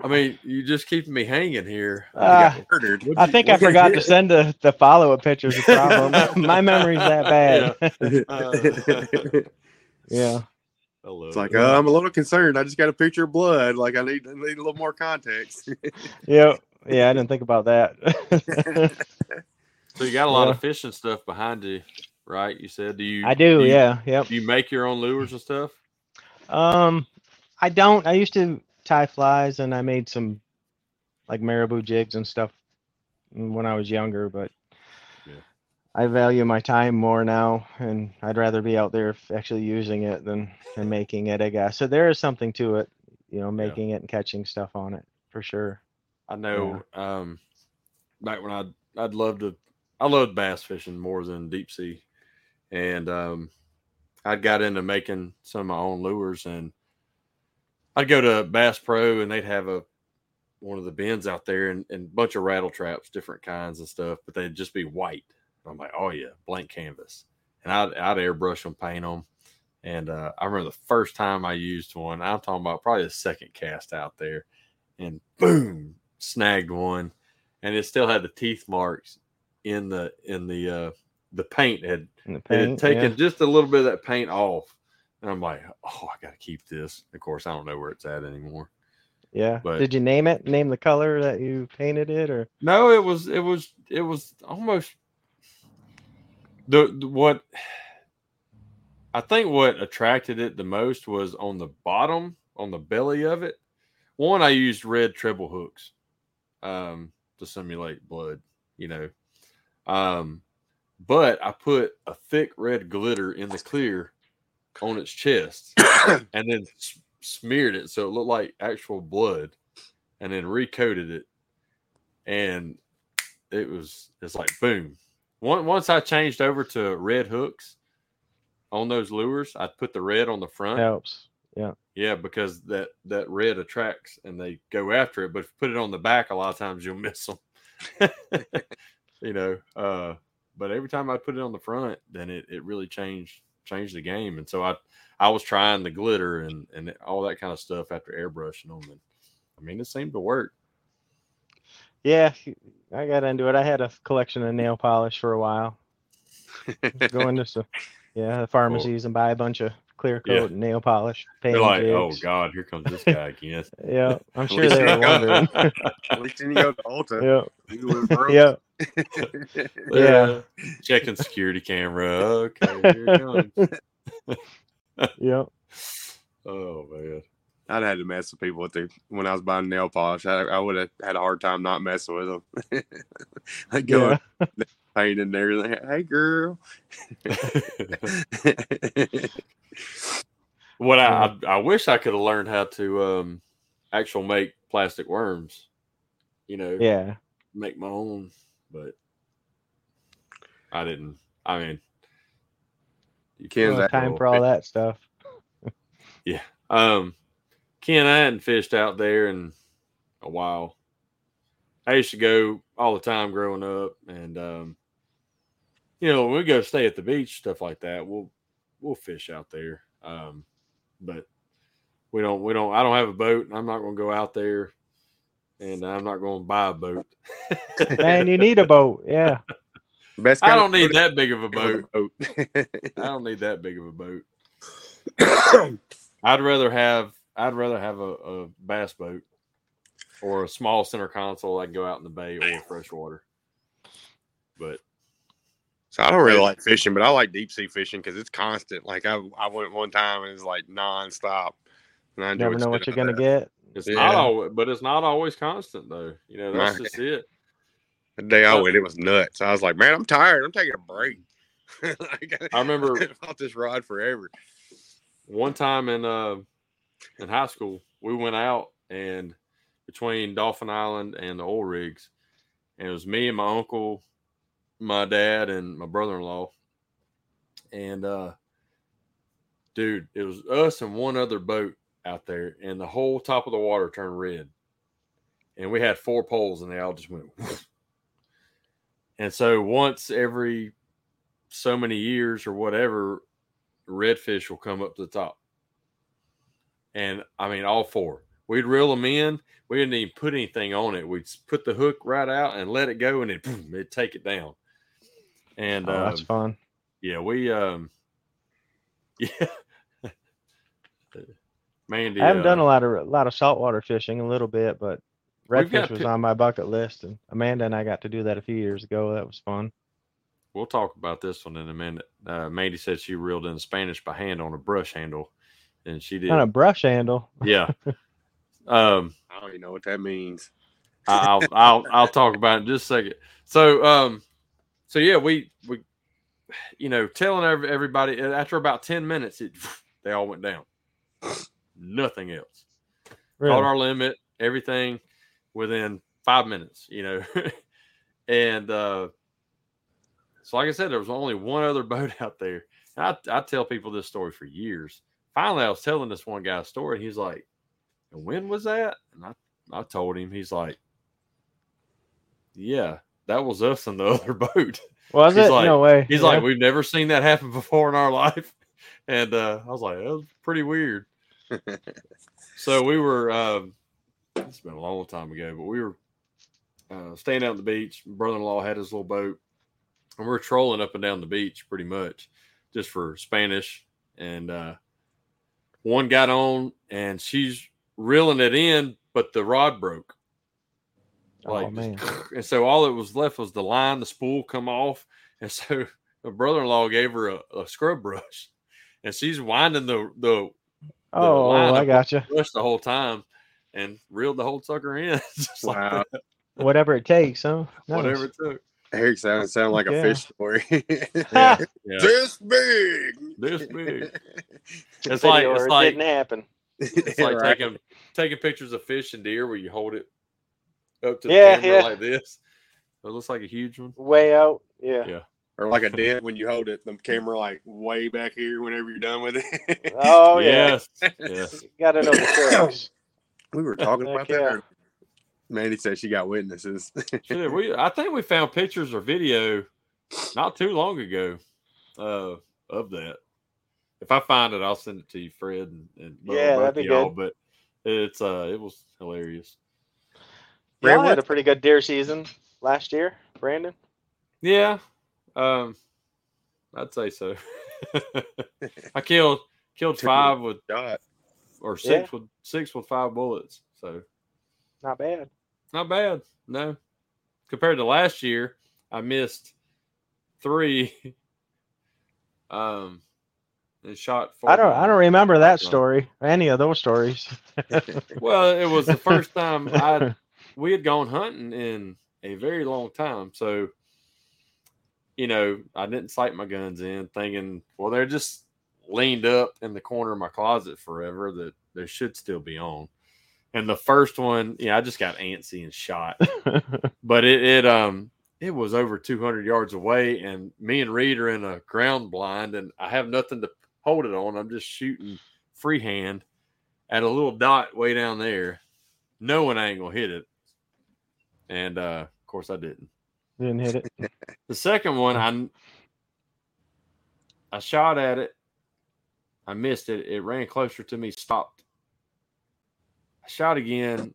[SPEAKER 1] I mean, you just keeping me hanging here.
[SPEAKER 2] You got
[SPEAKER 3] Ah,
[SPEAKER 2] murdered.
[SPEAKER 1] What'd
[SPEAKER 3] I
[SPEAKER 1] you-
[SPEAKER 3] think I
[SPEAKER 1] what did
[SPEAKER 3] forgot
[SPEAKER 1] you-
[SPEAKER 3] to send the, the follow up pictures. The problem. My memory's that bad.
[SPEAKER 1] Uh,
[SPEAKER 3] [laughs] yeah.
[SPEAKER 1] I love
[SPEAKER 2] It's like
[SPEAKER 1] it.
[SPEAKER 2] uh, I'm a little concerned. I just got a picture of blood. Like I need, I need a little more context. [laughs]
[SPEAKER 3] Yep. Yeah, I didn't think about that. [laughs]
[SPEAKER 1] so you got a lot
[SPEAKER 3] yeah.
[SPEAKER 1] of fishing stuff behind you, right? You said do you?
[SPEAKER 3] I
[SPEAKER 1] [laughs]
[SPEAKER 3] do,
[SPEAKER 1] you-
[SPEAKER 3] yeah, yep.
[SPEAKER 1] Do you make your own lures and stuff?
[SPEAKER 3] Um, I don't. I used to tie flies, and I made some like marabou jigs and stuff when I was younger. But
[SPEAKER 1] Yeah.
[SPEAKER 3] I value my time more now, and I'd rather be out there f- actually using it than than making it. I guess so. There is something to it, you know, making it and catching stuff on it for sure.
[SPEAKER 1] I know. Um, back when I'd I'd love to, I loved bass fishing more than deep sea, and um, I got into making some of my own lures, and I'd go to Bass Pro, and they'd have a one of the bins out there, and and bunch of rattle traps, different kinds and stuff, but they'd just be white. And I'm like, oh yeah, blank canvas, and I'd I'd airbrush them, paint them. And uh, I remember the first time I used one. I'm talking about probably the second cast out there and boom, snagged one, and it still had the teeth marks in the in the uh the paint had
[SPEAKER 3] And the
[SPEAKER 1] it
[SPEAKER 3] paint,
[SPEAKER 1] had
[SPEAKER 3] yeah.
[SPEAKER 1] taken just a little bit of that paint off, and I'm like, oh, I gotta keep this. Of course, I don't know where it's at anymore.
[SPEAKER 3] Yeah.
[SPEAKER 1] but-
[SPEAKER 3] Did you name it? Name the color that you painted it, or
[SPEAKER 1] No, it was it was it was almost the, the what I think what attracted it the most was on the bottom on the belly of it One, I used red treble hooks um, to simulate blood, you know. Um, but I put a thick red glitter in the clear on its chest and then s- smeared it so it looked like actual blood and then recoated it. And it was, it's like boom. One, once I changed over to red hooks on those lures, I put the red on the front.
[SPEAKER 3] helps.
[SPEAKER 1] Yeah, because that that red attracts and they go after it. But if you put it on the back, a lot of times you'll [laughs] miss
[SPEAKER 3] [laughs]
[SPEAKER 1] them. you know, uh, but every time I put it on the front, then it, it really changed changed the game. And so I I was trying the glitter and and all that kind of stuff after airbrushing them. And I mean, it seemed to work.
[SPEAKER 3] Yeah, I got into it. I had a collection of nail polish for
[SPEAKER 1] [laughs]
[SPEAKER 3] a while. Go into some, yeah, the pharmacies and buy a bunch of clear
[SPEAKER 1] Yeah.
[SPEAKER 3] coat and nail polish.
[SPEAKER 1] They're
[SPEAKER 3] Pan
[SPEAKER 1] like, oh
[SPEAKER 3] jigs.
[SPEAKER 1] god, here comes this guy again. [laughs]
[SPEAKER 3] Yeah, I'm [laughs] sure
[SPEAKER 2] least
[SPEAKER 3] they
[SPEAKER 2] they
[SPEAKER 3] were wondering. [laughs]
[SPEAKER 2] At least then you go to Ulta.
[SPEAKER 3] yeah,
[SPEAKER 2] You were broke.
[SPEAKER 3] [laughs] yeah.
[SPEAKER 1] yeah, checking security camera. Okay, here it comes.
[SPEAKER 3] [laughs]
[SPEAKER 1] [laughs]
[SPEAKER 3] Yeah.
[SPEAKER 1] Oh man.
[SPEAKER 2] I'd had to mess with people with the when I was buying nail polish. I, I would have had a hard time not messing with them. [laughs] like going
[SPEAKER 3] Yeah.
[SPEAKER 2] pain in there. Like, hey, girl.
[SPEAKER 1] What I, I I wish I could have learned how to um actual make plastic worms, you know,
[SPEAKER 3] Yeah.
[SPEAKER 1] make my own, but I didn't. I mean, you
[SPEAKER 2] Ken's
[SPEAKER 1] can't
[SPEAKER 2] that
[SPEAKER 3] time for all
[SPEAKER 1] [laughs]
[SPEAKER 3] that stuff.
[SPEAKER 1] Um, Ken, I hadn't fished out there in a while. I used to go all the time growing up, and um, you know, when we go stay at the beach, stuff like that. We'll we'll fish out there, um, but we don't we don't. I don't have a boat, and I'm not going to go out there, and I'm not going to buy a boat.
[SPEAKER 3] Man, you need a boat. Yeah.
[SPEAKER 1] [laughs]
[SPEAKER 2] Best
[SPEAKER 1] I
[SPEAKER 2] kind
[SPEAKER 1] don't
[SPEAKER 2] of
[SPEAKER 1] need
[SPEAKER 2] food
[SPEAKER 1] that big of a
[SPEAKER 2] with
[SPEAKER 1] boat.
[SPEAKER 2] a boat.
[SPEAKER 1] I don't need that big of a
[SPEAKER 2] [coughs]
[SPEAKER 1] boat. I'd rather have I'd rather have a, a bass boat or a small center console I can go out in the bay or freshwater. But
[SPEAKER 2] so I don't really like fishing, but I like deep sea fishing because it's constant. Like I, I went one time and it's like nonstop. And I enjoyed
[SPEAKER 3] Never know what you're
[SPEAKER 2] sitting
[SPEAKER 3] gonna
[SPEAKER 2] out
[SPEAKER 3] get.
[SPEAKER 1] it's
[SPEAKER 2] Yeah.
[SPEAKER 1] not always but it's not always constant though. You know, that's
[SPEAKER 2] Right.
[SPEAKER 1] just it.
[SPEAKER 2] there. The day I went, it was nuts. I was like, man, I'm tired. I'm taking a break. [laughs] like,
[SPEAKER 1] I
[SPEAKER 2] [laughs]
[SPEAKER 1] remember
[SPEAKER 2] about this rod forever.
[SPEAKER 1] one time in uh in high school, we went out and between Dolphin Island and the oil rigs, and it was me and my uncle, my dad, and my brother in law. And uh dude, it was us and one other boat out there, and the whole top of the water turned red. And we had four poles and they all just went. and so once every so many years or whatever, redfish will come up to the top. And I mean, all four. We'd reel them in. We didn't even put anything on it. We'd s- put the hook right out and let it go, and it boom, it'd take it down. And
[SPEAKER 3] Oh,
[SPEAKER 1] um,
[SPEAKER 3] that's fun.
[SPEAKER 1] yeah, we um [laughs] yeah. Mandy
[SPEAKER 3] I haven't done a
[SPEAKER 1] uh,
[SPEAKER 3] lot of a lot of saltwater fishing, a little bit, but
[SPEAKER 1] We've got
[SPEAKER 3] redfish was
[SPEAKER 1] pic-
[SPEAKER 3] on my bucket list, and Amanda and I got to do that a few years ago. That was fun.
[SPEAKER 1] we'll talk about this one in a minute. Uh Mandy said she reeled in Spanish by hand on a brush handle and she did
[SPEAKER 3] On a brush handle. [laughs]
[SPEAKER 1] yeah. Um
[SPEAKER 2] I don't even know what that means.
[SPEAKER 1] I- I'll I'll I'll talk about it in just a second. So um, so yeah, we we, you know, telling ev- everybody and after about ten minutes, it [laughs] they all went down. Nothing else.
[SPEAKER 3] Really?
[SPEAKER 1] Caught our limit, everything within five minutes. You know, [laughs] and uh, so like I said, there was only one other [laughs] boat out there. And I I tell people this story for years. Finally, I was telling this one guy a story, and he's like, "And when was that?" And I I told him, he's like, Yeah, that was us in the [laughs] other boat.
[SPEAKER 3] Was
[SPEAKER 1] he's
[SPEAKER 3] it?
[SPEAKER 1] like-
[SPEAKER 3] no [laughs] way.
[SPEAKER 1] He's
[SPEAKER 3] Yeah.
[SPEAKER 1] like, We've never seen that happen before in our [laughs] life. And uh, I was like, That was pretty weird. so we were, um, it's been a long time ago, but we were uh, staying out on the beach. Brother in law had his little boat, and we were trolling up and down the beach pretty much just for Spanish. And uh, one got on, and she's reeling it in, but the rod broke like [laughs]
[SPEAKER 3] oh man.
[SPEAKER 1] just- and so all that was left was the line the spool come off and so [laughs] my brother-in-law gave her a, a scrub brush and she's winding the the
[SPEAKER 3] Oh,
[SPEAKER 1] line
[SPEAKER 3] I
[SPEAKER 1] up-
[SPEAKER 3] gotcha.
[SPEAKER 1] brush the whole time and reeled the whole sucker in. [laughs] Just like
[SPEAKER 2] Wow.
[SPEAKER 3] Whatever it takes, huh? Nice.
[SPEAKER 1] [laughs] whatever it took.
[SPEAKER 2] Eric sounded sound like
[SPEAKER 3] Yeah.
[SPEAKER 2] a fish story. [laughs]
[SPEAKER 3] [laughs]
[SPEAKER 1] Yeah.
[SPEAKER 2] This big.
[SPEAKER 1] This big.
[SPEAKER 3] It's
[SPEAKER 1] It's like
[SPEAKER 3] video or
[SPEAKER 1] it's
[SPEAKER 3] it
[SPEAKER 1] like
[SPEAKER 3] didn't happen.
[SPEAKER 1] it's like
[SPEAKER 2] Right.
[SPEAKER 1] taking taking pictures of fish and deer where you hold it up to the
[SPEAKER 3] Yeah,
[SPEAKER 1] camera
[SPEAKER 3] yeah.
[SPEAKER 1] like this. It looks like a huge one.
[SPEAKER 3] Way out. Yeah.
[SPEAKER 2] [laughs] Or like a dent when you hold it, the camera like way back here whenever you're done with it.
[SPEAKER 3] Oh yeah. [laughs]
[SPEAKER 1] Yes. yes.
[SPEAKER 3] Got it over [coughs] sharks.
[SPEAKER 2] we [laughs] were talking
[SPEAKER 3] Heck
[SPEAKER 2] about
[SPEAKER 3] yeah.
[SPEAKER 2] that. earlier. Mandy said she got witnesses. [laughs]
[SPEAKER 1] Shit, we I think we found pictures or video not too long ago uh, of that. If I find it, I'll send it to you, Fred, and, and well,
[SPEAKER 3] Yeah,
[SPEAKER 1] both
[SPEAKER 3] that'd be
[SPEAKER 1] of y'all, But it's uh, it was hilarious.
[SPEAKER 3] Y'all
[SPEAKER 2] Brandon,
[SPEAKER 3] had a pretty good deer season last year, Brandon.
[SPEAKER 1] Yeah, um, I'd say so. [laughs] I killed
[SPEAKER 3] [laughs]
[SPEAKER 1] killed
[SPEAKER 2] True.
[SPEAKER 1] five with
[SPEAKER 2] God.
[SPEAKER 1] or six with six with five bullets, so
[SPEAKER 3] Not bad.
[SPEAKER 1] not bad. No, compared to last year, I missed three. [laughs] um, and shot. Four
[SPEAKER 3] I don't. I
[SPEAKER 1] times.
[SPEAKER 3] don't remember that
[SPEAKER 1] Right.
[SPEAKER 3] story. Any of those stories.
[SPEAKER 1] Well, it was the first
[SPEAKER 3] [laughs]
[SPEAKER 1] time [laughs] I we had gone hunting in a very long time. So, you know, I didn't sight my guns in, thinking, well, they're just leaned up in the corner of my closet forever. That they should still be on. And the first one, yeah, I just got antsy and shot, but it, it um it was over 200 yards away, and me and Reed are in a ground blind, and I have nothing to hold it on. I'm just shooting freehand at a little dot way down there, knowing I ain't gonna hit it. And uh, of course, I didn't.
[SPEAKER 3] Didn't hit
[SPEAKER 1] [laughs]
[SPEAKER 3] it.
[SPEAKER 1] The second one, I I shot at it. I missed it. It ran closer to me. Stopped. I shot again.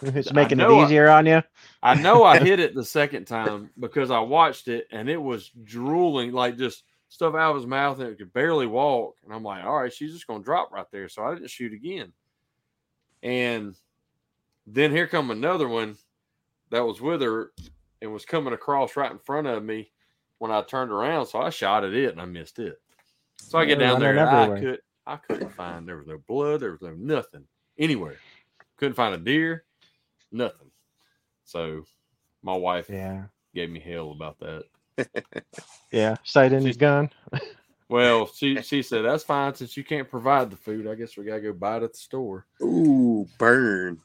[SPEAKER 3] It's
[SPEAKER 1] I
[SPEAKER 3] making it
[SPEAKER 1] know I-
[SPEAKER 3] easier on you.
[SPEAKER 1] I know
[SPEAKER 3] [laughs]
[SPEAKER 1] I hit it the second time because I watched it and it was drooling, like just stuff out of his mouth and it could barely walk. And I'm like, all right, she's just going to drop right there. So I didn't shoot again. And then here come another one that was with her and was coming across right in front of me when I turned around. So I shot at it and I missed it. So I get
[SPEAKER 3] Yeah,
[SPEAKER 1] down there
[SPEAKER 3] running
[SPEAKER 1] and I,
[SPEAKER 3] everywhere.
[SPEAKER 1] could, I couldn't find, there was no blood, there was no nothing anywhere. Couldn't find a deer, nothing. So my wife
[SPEAKER 3] Yeah.
[SPEAKER 1] gave me hell about that.
[SPEAKER 3] Yeah. Sight in his gun.
[SPEAKER 1] Well, she she said that's fine since you can't provide the food. I guess we gotta go buy it at the store.
[SPEAKER 2] Ooh, burn.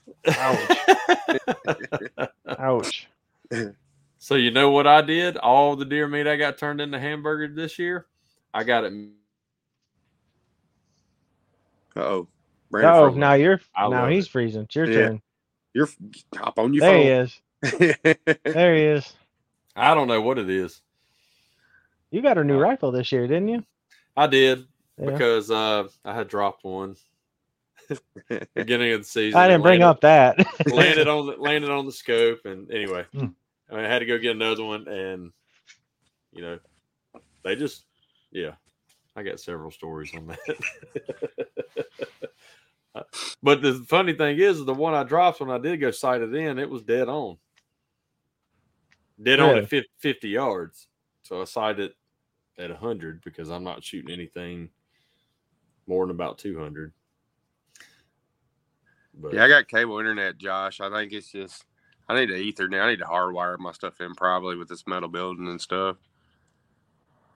[SPEAKER 3] [laughs] Ouch.
[SPEAKER 1] [laughs] so you know what I did? All the deer meat I got turned into hamburger this year, I got it.
[SPEAKER 2] Uh oh. Brandon,
[SPEAKER 3] Oh,
[SPEAKER 2] froze.
[SPEAKER 3] now you're.
[SPEAKER 1] I
[SPEAKER 3] now
[SPEAKER 1] love
[SPEAKER 3] he's freezing. It's your
[SPEAKER 2] Yeah,
[SPEAKER 3] turn.
[SPEAKER 2] you're hop on your
[SPEAKER 3] there he
[SPEAKER 2] phone.
[SPEAKER 3] is. There he is.
[SPEAKER 1] I don't know what it is.
[SPEAKER 3] You got a new rifle this year, didn't you?
[SPEAKER 1] I did
[SPEAKER 3] Yeah.
[SPEAKER 1] because uh, I had dropped
[SPEAKER 3] [laughs]
[SPEAKER 1] one beginning of the season.
[SPEAKER 3] I
[SPEAKER 1] It
[SPEAKER 3] didn't bring
[SPEAKER 1] landed-
[SPEAKER 3] up that.
[SPEAKER 1] [laughs] landed on the landed on the scope and anyway
[SPEAKER 3] Hmm.
[SPEAKER 1] I, mean, I had to go get another one and you know they just yeah i got several stories on [laughs] that but the funny thing is the one i dropped when i did go sight it in it was dead on dead on
[SPEAKER 3] Really?
[SPEAKER 1] at fif- 50 yards so i sighted it at 100 because i'm not shooting anything more than about 200 but
[SPEAKER 2] [laughs] Yeah, I got cable internet, Josh. I think it's just I need to Ethernet. I need to hardwire my stuff in probably with this metal building and stuff.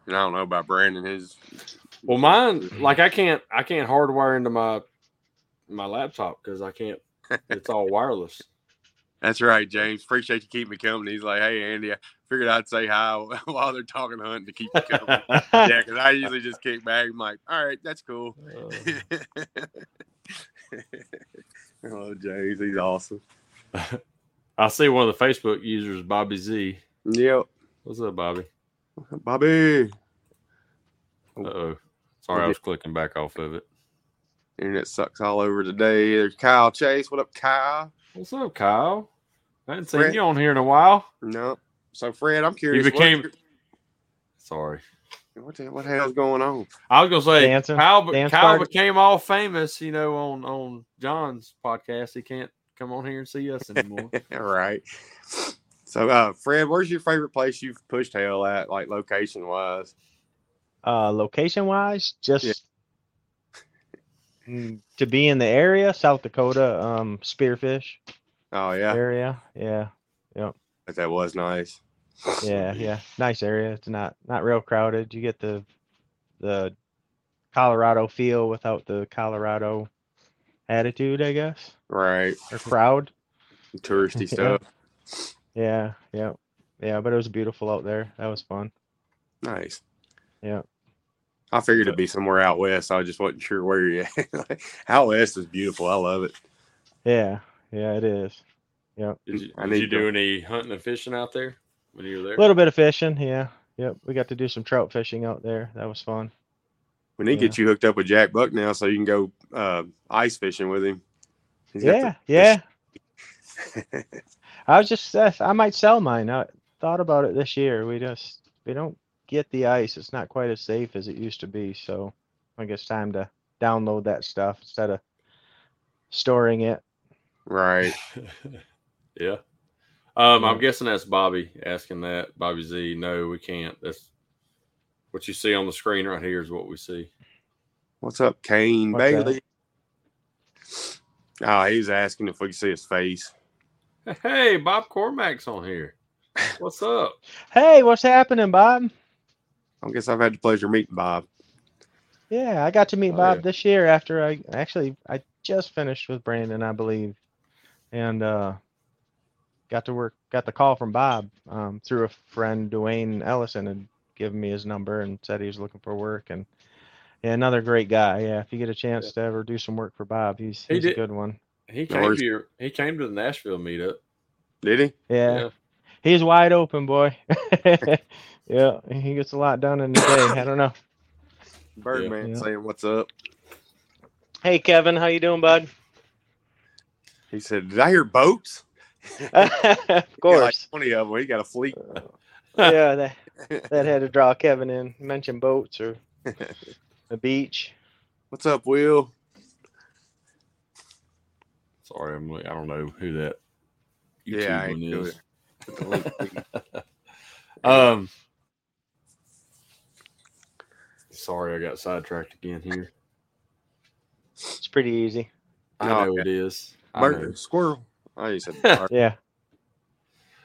[SPEAKER 2] And I don't know about Brandon. His
[SPEAKER 1] Well, mine like I can't I can't hardwire into my my laptop because I can't. It's all
[SPEAKER 2] [laughs]
[SPEAKER 1] wireless.
[SPEAKER 2] that's right, James. Appreciate you keeping me company. He's like, hey, Andy. I figured I'd say hi [laughs] while they're talking hunting to keep you company.
[SPEAKER 1] [laughs]
[SPEAKER 3] [laughs]
[SPEAKER 2] yeah, because I usually just kick back. I'm like, all right, that's cool. [laughs]
[SPEAKER 1] Uh,
[SPEAKER 2] oh, James, he's awesome.
[SPEAKER 1] I see one of the Facebook users, Bobby Z.
[SPEAKER 2] Yep,
[SPEAKER 1] What's up, Bobby?
[SPEAKER 2] Bobby.
[SPEAKER 1] Uh oh. Sorry, I was clicking back off of it.
[SPEAKER 2] Internet sucks all over today. There's Kyle Chase. What up, Kyle?
[SPEAKER 1] What's up, Kyle? I hadn't seen
[SPEAKER 2] Brent.
[SPEAKER 1] you on here in a while.
[SPEAKER 2] No. So, Fred, I'm curious. what-
[SPEAKER 1] became- Sorry,
[SPEAKER 2] What the, what the hell's going on? [laughs]
[SPEAKER 1] I was gonna say
[SPEAKER 3] Dancing-
[SPEAKER 1] Kyle. be-
[SPEAKER 3] dance
[SPEAKER 1] Kyle
[SPEAKER 3] party.
[SPEAKER 1] became all famous, you know, on on John's podcast. He can't come on here and see us
[SPEAKER 2] [laughs]
[SPEAKER 1] anymore.
[SPEAKER 2] All right. So, uh, Fred, where's your favorite place you've pushed hell at, like location wise?
[SPEAKER 3] uh, location wise, just Mm, To be in the area, South Dakota, um, spearfish
[SPEAKER 2] Oh yeah,
[SPEAKER 3] area. Yeah,
[SPEAKER 2] But that was nice.
[SPEAKER 3] yeah, yeah. Nice area. It's not not real crowded. You get the the Colorado feel without the Colorado attitude, I guess,
[SPEAKER 2] Right,
[SPEAKER 3] or crowd.
[SPEAKER 2] touristy
[SPEAKER 3] [laughs] Yeah.
[SPEAKER 2] stuff.
[SPEAKER 3] Yeah, yeah, yeah. But it was beautiful out there. That was fun.
[SPEAKER 2] Nice.
[SPEAKER 3] Yeah.
[SPEAKER 2] I figured it'd be somewhere out west. I just wasn't sure where you. [laughs] out west is beautiful. I love it.
[SPEAKER 3] Yeah, yeah, it is.
[SPEAKER 1] Did you,
[SPEAKER 2] I
[SPEAKER 1] did
[SPEAKER 2] need
[SPEAKER 1] you do
[SPEAKER 2] to-
[SPEAKER 1] any hunting and fishing out there when you were there?
[SPEAKER 3] A little bit of fishing. Yeah, yep. We got to do some trout fishing out there. That was fun.
[SPEAKER 2] We need to get you hooked up with Jack Buck now, so you can go uh, ice fishing with him. He's got
[SPEAKER 3] yeah, yeah. I was just, uh, I might sell mine. I thought about it this year. We just, we don't get the ice. It's not quite as safe as it used to be. So I think it's time to download that stuff instead of storing it.
[SPEAKER 2] the- right.
[SPEAKER 1] [laughs] yeah. Um, I'm
[SPEAKER 3] Yeah.
[SPEAKER 1] guessing that's Bobby asking that. Bobby Z. No, we can't. That's what you see on the screen right here is what we see. [laughs]
[SPEAKER 2] What's up, Kane
[SPEAKER 3] What's up?
[SPEAKER 2] Bailey? Oh, he was asking if we could see his face.
[SPEAKER 1] Hey, Bob Cormack's on here. What's up?
[SPEAKER 3] Hey, what's happening, Bob?
[SPEAKER 2] I guess I've had the pleasure of meeting Bob.
[SPEAKER 3] Yeah, I got to meet
[SPEAKER 1] Oh,
[SPEAKER 3] Bob
[SPEAKER 1] yeah.
[SPEAKER 3] this year after I actually I just finished with Brandon, I believe, and uh, got to work. Got the call from Bob um, through a friend, Dwayne Ellison, had given me his number and said he was looking for work. And yeah, another great guy. Yeah, if you get a chance to ever do some work for Bob, he's
[SPEAKER 1] He
[SPEAKER 3] he's
[SPEAKER 1] did-
[SPEAKER 3] a good one.
[SPEAKER 1] He
[SPEAKER 2] No
[SPEAKER 1] came
[SPEAKER 2] worries.
[SPEAKER 1] here. He came to the Nashville meetup.
[SPEAKER 2] Did he?
[SPEAKER 3] Yeah, he's wide open, boy. [laughs] yeah, he gets a lot done in a day. I
[SPEAKER 1] [coughs]
[SPEAKER 3] don't know.
[SPEAKER 2] Birdman
[SPEAKER 3] Yeah.
[SPEAKER 2] saying what's up.
[SPEAKER 3] Hey, Kevin, how you doing, bud? [laughs]
[SPEAKER 2] He said, "Did I hear boats?"
[SPEAKER 3] of
[SPEAKER 2] He had
[SPEAKER 3] course.
[SPEAKER 2] like twenty of them. He got a fleet.
[SPEAKER 3] yeah,
[SPEAKER 1] [laughs]
[SPEAKER 3] that that had to draw Kevin in. Mention boats or the beach.
[SPEAKER 2] What's up, Will?
[SPEAKER 1] Sorry, I'm. I don't know who that YouTube
[SPEAKER 2] Yeah, I ain't
[SPEAKER 1] one
[SPEAKER 2] do
[SPEAKER 1] is.
[SPEAKER 2] it. Put the link in.
[SPEAKER 1] Um. Sorry, I got sidetracked again here.
[SPEAKER 3] It's pretty easy.
[SPEAKER 1] I
[SPEAKER 2] No,
[SPEAKER 1] know it is. [laughs] I know.
[SPEAKER 2] Bird, squirrel. I used
[SPEAKER 1] [laughs]
[SPEAKER 2] to. all right.
[SPEAKER 3] Yeah.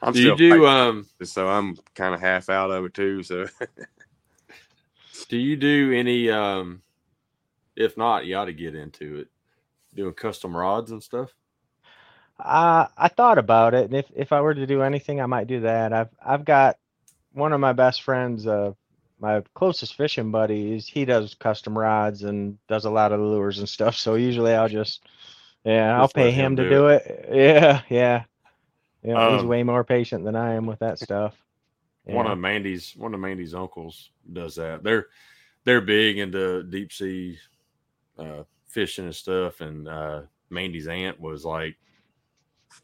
[SPEAKER 2] I'm
[SPEAKER 1] Do you
[SPEAKER 2] still
[SPEAKER 1] do
[SPEAKER 2] do,
[SPEAKER 1] um?
[SPEAKER 2] so I'm kind of half out of it too. So
[SPEAKER 1] Do you do any um? If not, you ought to get into it. Doing custom rods and stuff.
[SPEAKER 3] Uh, I thought about it, and if, if I were to do anything, I might do that. I've I've got one of my best friends, uh, my closest fishing buddies. He does custom rods and does a lot of lures and stuff. So usually I'll just, yeah, I'll
[SPEAKER 1] Just let
[SPEAKER 3] pay
[SPEAKER 1] him
[SPEAKER 3] him to
[SPEAKER 1] do
[SPEAKER 3] do it. Yeah, yeah. Yeah, he's
[SPEAKER 1] Um,
[SPEAKER 3] way more patient than I am with that stuff.
[SPEAKER 1] One
[SPEAKER 3] Yeah.
[SPEAKER 1] of Mandy's one of Mandy's uncles does that. They're they're big into deep sea uh, fishing and stuff. And uh, Mandy's aunt was like,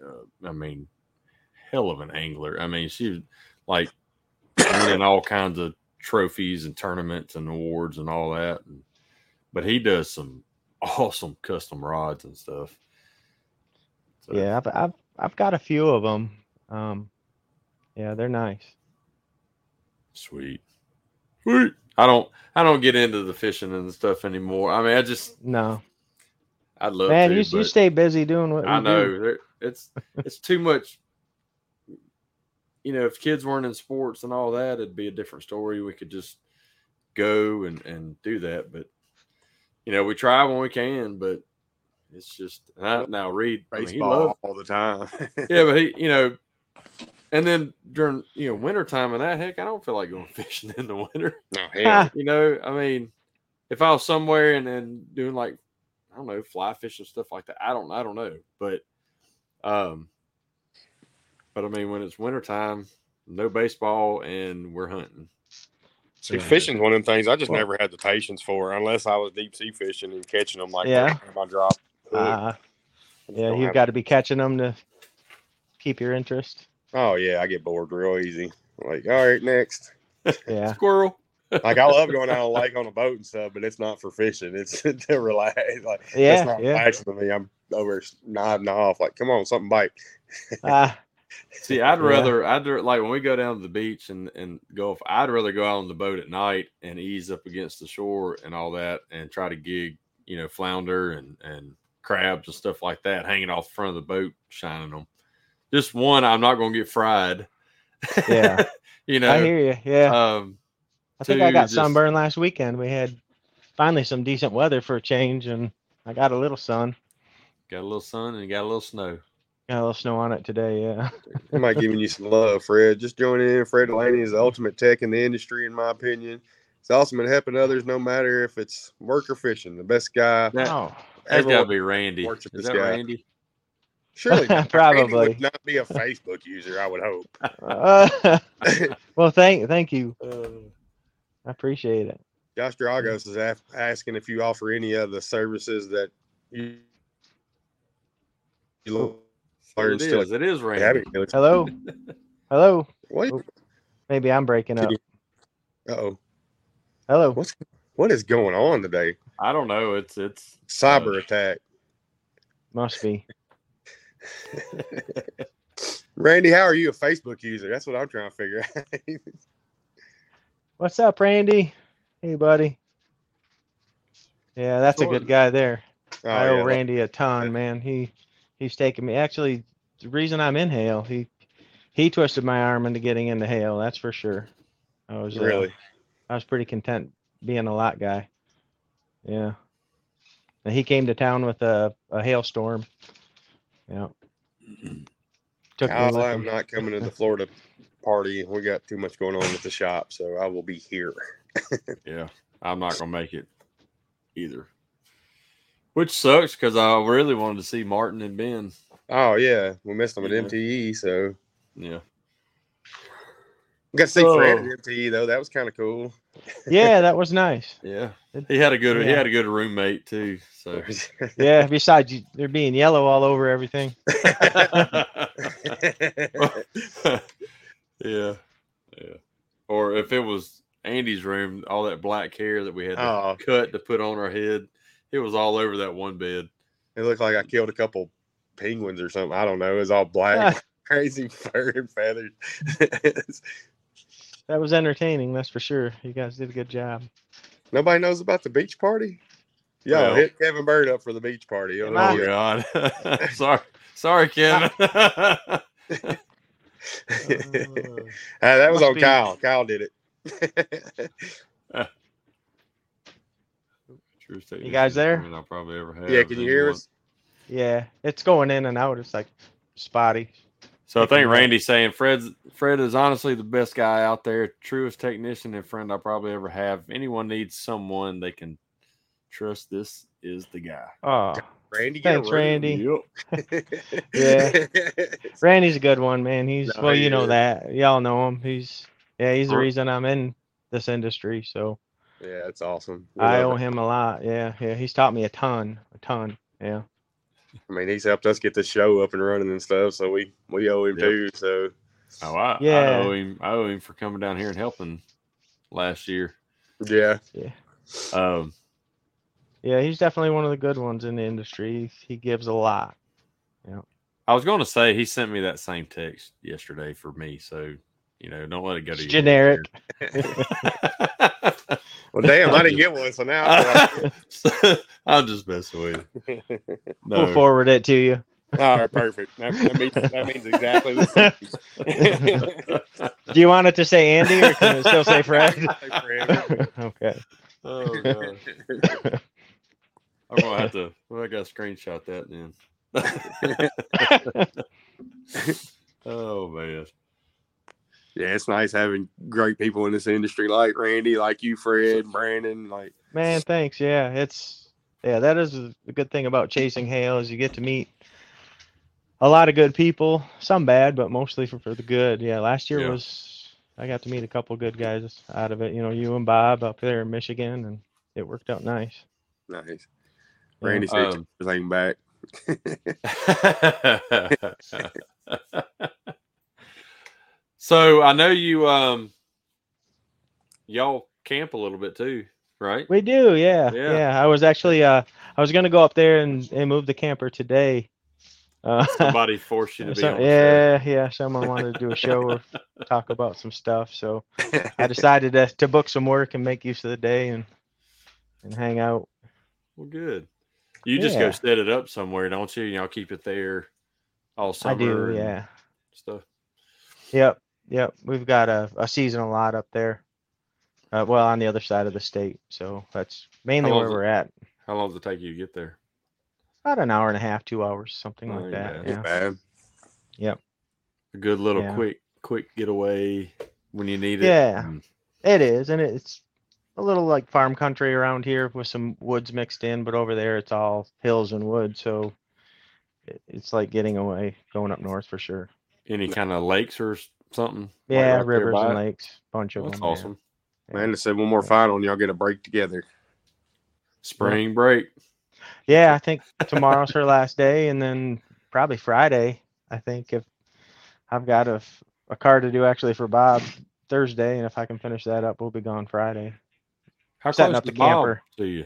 [SPEAKER 1] uh, I mean, hell of an angler. I mean, she was like winning all kinds of trophies and tournaments and awards and all that. And, but he does some [laughs] awesome custom rods and stuff. So,
[SPEAKER 3] Yeah, I've, I've I've got a few of them. Um, yeah, they're nice.
[SPEAKER 1] Sweet. Sweet. I don't I don't get into the fishing and stuff anymore. I mean, I just
[SPEAKER 3] No,
[SPEAKER 1] I'd love
[SPEAKER 3] man,
[SPEAKER 1] to.
[SPEAKER 3] you,
[SPEAKER 1] but
[SPEAKER 3] you stay busy doing what
[SPEAKER 1] I
[SPEAKER 3] we
[SPEAKER 1] know
[SPEAKER 3] [laughs] do.
[SPEAKER 1] there- it's it's too much. You know, if kids weren't in sports and all that, it'd be a different story. We could just go and and do that, but you know, we try when we can, but it's just and I, now Reed. I mean, he
[SPEAKER 2] baseball
[SPEAKER 1] loves
[SPEAKER 2] all the time.
[SPEAKER 1] yeah, but he, you know, and then during you know winter time and that heck, I don't feel like going [laughs] fishing in the winter.
[SPEAKER 2] [laughs] no, hell.
[SPEAKER 1] You know, I mean, if I was somewhere and then doing like I don't know fly fishing stuff like that, I don't, I don't know, but um, but I mean when it's winter time, no baseball and we're hunting.
[SPEAKER 2] See, fishing's one of them things I just
[SPEAKER 3] Well-
[SPEAKER 2] never had the patience for, unless I was deep sea fishing and catching them like
[SPEAKER 3] Yeah.
[SPEAKER 2] yeah. my drop.
[SPEAKER 3] Uh,
[SPEAKER 2] I just
[SPEAKER 3] yeah,
[SPEAKER 2] don't
[SPEAKER 3] you've
[SPEAKER 2] have-
[SPEAKER 3] got to be catching them to keep your interest.
[SPEAKER 2] Oh yeah, I get bored real easy. Like, all right, next.
[SPEAKER 3] Yeah,
[SPEAKER 1] Squirrel.
[SPEAKER 2] Like I love going out on a lake on a boat and stuff, but it's not for fishing. It's [laughs] to relax. Like
[SPEAKER 3] Yeah,
[SPEAKER 2] it's not
[SPEAKER 3] yeah.
[SPEAKER 2] relaxing to me. I'm over nodding off. Like, come on, something bite.
[SPEAKER 3] uh, [laughs]
[SPEAKER 1] See, I'd
[SPEAKER 3] Yeah.
[SPEAKER 1] rather I'd r- like when we go down to the beach and and golf. I'd rather go out on the boat at night and ease up against the shore and all that, and try to gig you know, flounder and, and crabs and stuff like that hanging off the front of the boat, shining them. Just one, I'm not going to get fried.
[SPEAKER 3] Yeah.
[SPEAKER 1] [laughs] you know,
[SPEAKER 3] I hear you. Yeah.
[SPEAKER 1] um,
[SPEAKER 3] I think I
[SPEAKER 1] to
[SPEAKER 3] got
[SPEAKER 1] just-
[SPEAKER 3] sunburn last weekend. We had finally some decent weather for a change, and I got a little sun.
[SPEAKER 1] got a little sun and got a little snow.
[SPEAKER 3] Got a little snow on it today. Yeah.
[SPEAKER 2] Am I giving you some love, Fred? Just join in. Fred Delaney is the ultimate tech in the industry, in my opinion. It's awesome and helping others, no matter if it's work or fishing. The best guy.
[SPEAKER 1] That-
[SPEAKER 3] [laughs] Oh,
[SPEAKER 1] That's got to
[SPEAKER 2] Everyone,
[SPEAKER 1] be Randy.
[SPEAKER 2] works
[SPEAKER 1] Is
[SPEAKER 2] with this
[SPEAKER 1] that
[SPEAKER 2] guy.
[SPEAKER 1] Randy?
[SPEAKER 2] surely not. Randy
[SPEAKER 3] probably.
[SPEAKER 2] would not be a
[SPEAKER 3] [laughs]
[SPEAKER 2] Facebook user. I would hope.
[SPEAKER 3] Uh, well, thank thank you.
[SPEAKER 2] Uh,
[SPEAKER 3] I appreciate it.
[SPEAKER 2] Josh Dragos is af- asking if you offer any of the services that you, you lo- learn
[SPEAKER 1] It
[SPEAKER 2] still.
[SPEAKER 1] is. It is
[SPEAKER 2] at
[SPEAKER 1] Randy.
[SPEAKER 2] Abbey Village.
[SPEAKER 3] Hello. Hello.
[SPEAKER 2] What?
[SPEAKER 3] Maybe I'm breaking up.
[SPEAKER 2] Oh,
[SPEAKER 3] Hello.
[SPEAKER 2] what is going on today?
[SPEAKER 3] Oh.
[SPEAKER 1] I don't know. It's it's
[SPEAKER 2] Cyber attack.
[SPEAKER 3] Must be.
[SPEAKER 2] Randy, how are you a Facebook user? That's what I'm trying to figure out. [laughs]
[SPEAKER 3] What's up, Randy? Hey, buddy. Yeah, that's a
[SPEAKER 1] Jordan.
[SPEAKER 3] good guy there.
[SPEAKER 2] Oh,
[SPEAKER 3] I owe
[SPEAKER 2] yeah.
[SPEAKER 3] Randy a ton, man. He he's taken me. Actually, the reason I'm in Hale, he he twisted my arm into getting into Hale. That's for sure. I was uh,
[SPEAKER 2] Really?
[SPEAKER 3] I was pretty content being a lot guy. Yeah. And he came to town with a a hailstorm. Yeah. Took me
[SPEAKER 2] Kyle,
[SPEAKER 3] with
[SPEAKER 2] I'm
[SPEAKER 3] him.
[SPEAKER 2] not coming to the Florida party. We got too much going on at the shop, so I will be here.
[SPEAKER 1] Yeah, I'm not gonna make it either. Which sucks because I really wanted to see Martin and Ben.
[SPEAKER 2] Oh yeah, we missed them at
[SPEAKER 1] Yeah.
[SPEAKER 2] MTE, so
[SPEAKER 1] Yeah,
[SPEAKER 2] we got to see
[SPEAKER 1] Oh.
[SPEAKER 2] Fred at MTE though. That was kind of cool.
[SPEAKER 3] [laughs]
[SPEAKER 2] [laughs]
[SPEAKER 3] Yeah, that was nice.
[SPEAKER 1] yeah. He had a good he
[SPEAKER 3] Yeah.
[SPEAKER 1] had a good roommate too.
[SPEAKER 2] Oh, [laughs]
[SPEAKER 1] So [laughs]
[SPEAKER 3] Yeah, besides you, there being yellow all over everything.
[SPEAKER 1] yeah, yeah. Or if it was Andy's room, all that black hair that we had to
[SPEAKER 2] oh,
[SPEAKER 1] cut to put on our head, it was all over that one bed.
[SPEAKER 2] it looked like I killed a couple penguins or something. I don't know. It was all
[SPEAKER 3] [laughs]
[SPEAKER 2] black, [laughs] crazy fur and feathers.
[SPEAKER 3] That was entertaining, that's for sure. You guys did a good job.
[SPEAKER 2] [laughs] Nobody knows about the beach party. Yo,
[SPEAKER 1] Well.
[SPEAKER 2] hit Kevin Bird up for the beach party. He'll
[SPEAKER 3] Am
[SPEAKER 2] know
[SPEAKER 1] Oh
[SPEAKER 3] I-
[SPEAKER 2] [laughs] you.
[SPEAKER 1] God! [laughs] sorry, sorry, Kevin. [laughs]
[SPEAKER 2] Ah, that was
[SPEAKER 3] Must
[SPEAKER 2] on
[SPEAKER 3] be-
[SPEAKER 2] Kyle. Kyle [laughs] did it.
[SPEAKER 1] Truest technician
[SPEAKER 3] guys there?
[SPEAKER 1] friend I'll probably ever have.
[SPEAKER 2] yeah, can you hear
[SPEAKER 1] anyone.
[SPEAKER 2] us?
[SPEAKER 3] Yeah, it's going in and out. It's like spotty.
[SPEAKER 1] So I
[SPEAKER 3] If you
[SPEAKER 1] think
[SPEAKER 3] want.
[SPEAKER 1] Randy's saying Fred's Fred is honestly the best guy out there, truest technician and friend I probably ever have. If anyone needs someone they can trust, this is the guy.
[SPEAKER 3] Oh,
[SPEAKER 2] Randy, get a
[SPEAKER 3] thanks,
[SPEAKER 2] room. [laughs]
[SPEAKER 3] Randy.
[SPEAKER 1] Yep.
[SPEAKER 3] Yeah. Randy's a good one, man. He's
[SPEAKER 2] No,
[SPEAKER 3] well,
[SPEAKER 2] he
[SPEAKER 3] you know
[SPEAKER 2] is.
[SPEAKER 3] that. Y'all know him. He's yeah, he's the
[SPEAKER 1] Huh?
[SPEAKER 3] reason I'm in this industry. So
[SPEAKER 2] [laughs] yeah, that's awesome. We
[SPEAKER 3] I
[SPEAKER 2] love
[SPEAKER 3] owe
[SPEAKER 2] it.
[SPEAKER 3] him a lot. Yeah, yeah. He's taught me a ton, a ton. Yeah,
[SPEAKER 2] I mean, he's helped us get the show up and running and stuff, so we we owe him
[SPEAKER 1] Yep.
[SPEAKER 2] too. So
[SPEAKER 1] Oh, I, I
[SPEAKER 3] Yeah.
[SPEAKER 1] owe him I owe him for coming down here and helping last year.
[SPEAKER 2] yeah,
[SPEAKER 1] Um
[SPEAKER 3] yeah. He's definitely one of the good ones in the industry. He gives a lot.
[SPEAKER 1] I was gonna say he sent me that same text yesterday for me, so you know, don't let it go to
[SPEAKER 3] It's
[SPEAKER 1] your
[SPEAKER 3] generic. [laughs]
[SPEAKER 1] [laughs] head.
[SPEAKER 2] well, damn, I didn't get one, so now. I feel like-
[SPEAKER 1] [laughs] I'm just messing with
[SPEAKER 3] [laughs]
[SPEAKER 1] you.
[SPEAKER 3] We'll forward it to you.
[SPEAKER 2] All right, perfect. That, that, means, that means exactly the same.
[SPEAKER 3] Do you want it to say Andy or can it still say Fred?
[SPEAKER 2] Fred.
[SPEAKER 3] okay.
[SPEAKER 1] Oh
[SPEAKER 3] [laughs]
[SPEAKER 1] god. I'm gonna have to. Well, I gotta screenshot that then. [laughs] oh man. [laughs]
[SPEAKER 2] Yeah, it's nice having great people in this industry like Randy, like you, Fred, Brandon. Like,
[SPEAKER 3] Man, thanks. Yeah, it's yeah, that is the good thing about chasing hail is you get to meet a lot of good people, some bad, but mostly for, for the good. Yeah, last year
[SPEAKER 1] Yeah.
[SPEAKER 3] was I got to meet a couple good guys out of it. You know, you and Bob up there in Michigan, and it worked out nice.
[SPEAKER 2] nice.
[SPEAKER 3] Yeah.
[SPEAKER 2] Randy said
[SPEAKER 1] Um,
[SPEAKER 2] everything back.
[SPEAKER 1] so I know you um y'all camp a little bit too, right?
[SPEAKER 3] We do, yeah,
[SPEAKER 1] Yeah.
[SPEAKER 3] yeah. I was actually uh, I was gonna go up there and, and move the camper today. Uh,
[SPEAKER 1] [laughs] Somebody forced you to be
[SPEAKER 3] So-
[SPEAKER 1] on. the show.
[SPEAKER 3] yeah, yeah. Someone wanted to do a show or [laughs] talk about some stuff, so
[SPEAKER 1] [laughs]
[SPEAKER 3] I decided to, to book some work and make use of the day and and hang out.
[SPEAKER 1] Well, good. You just go
[SPEAKER 3] Yeah.
[SPEAKER 1] set it up somewhere, don't you? And y'all keep it there all summer.
[SPEAKER 3] I do,
[SPEAKER 1] and
[SPEAKER 3] yeah.
[SPEAKER 1] Stuff.
[SPEAKER 3] Yep, yep. We've got a, a seasonal lot up there. Uh, well, on the other side of the state, so that's mainly
[SPEAKER 1] long's
[SPEAKER 3] where
[SPEAKER 1] it-
[SPEAKER 3] we're at.
[SPEAKER 1] How long does it take you to get there?
[SPEAKER 3] About an hour and a half, two hours, something
[SPEAKER 1] Not
[SPEAKER 3] like
[SPEAKER 1] even
[SPEAKER 3] that.
[SPEAKER 1] bad.
[SPEAKER 3] Yeah.
[SPEAKER 2] Bad.
[SPEAKER 1] A good little
[SPEAKER 3] Yeah.
[SPEAKER 1] quick, quick getaway when you need it.
[SPEAKER 3] Yeah.
[SPEAKER 1] Mm.
[SPEAKER 3] It is, and it's a little like farm country around here with some woods mixed in, but over there it's all hills and woods, so it- it's like getting away, going up north for sure.
[SPEAKER 1] Any kind of lakes or s- something? like
[SPEAKER 3] Yeah,
[SPEAKER 1] out there
[SPEAKER 3] rivers
[SPEAKER 1] by
[SPEAKER 3] and
[SPEAKER 1] it?
[SPEAKER 3] lakes, bunch of
[SPEAKER 1] That's
[SPEAKER 3] them. yeah.
[SPEAKER 1] awesome.
[SPEAKER 2] Man, to say one more final and y'all get a break together.
[SPEAKER 1] Spring break.
[SPEAKER 3] Yeah, I think tomorrow's her last day, and then probably Friday. I think if I've got a, f- a car to do actually for Bob Thursday, and if I can finish that up, we'll be gone Friday.
[SPEAKER 1] How
[SPEAKER 3] Setting
[SPEAKER 1] close
[SPEAKER 3] up
[SPEAKER 1] is
[SPEAKER 3] the
[SPEAKER 1] Bob
[SPEAKER 3] camper.
[SPEAKER 1] to you?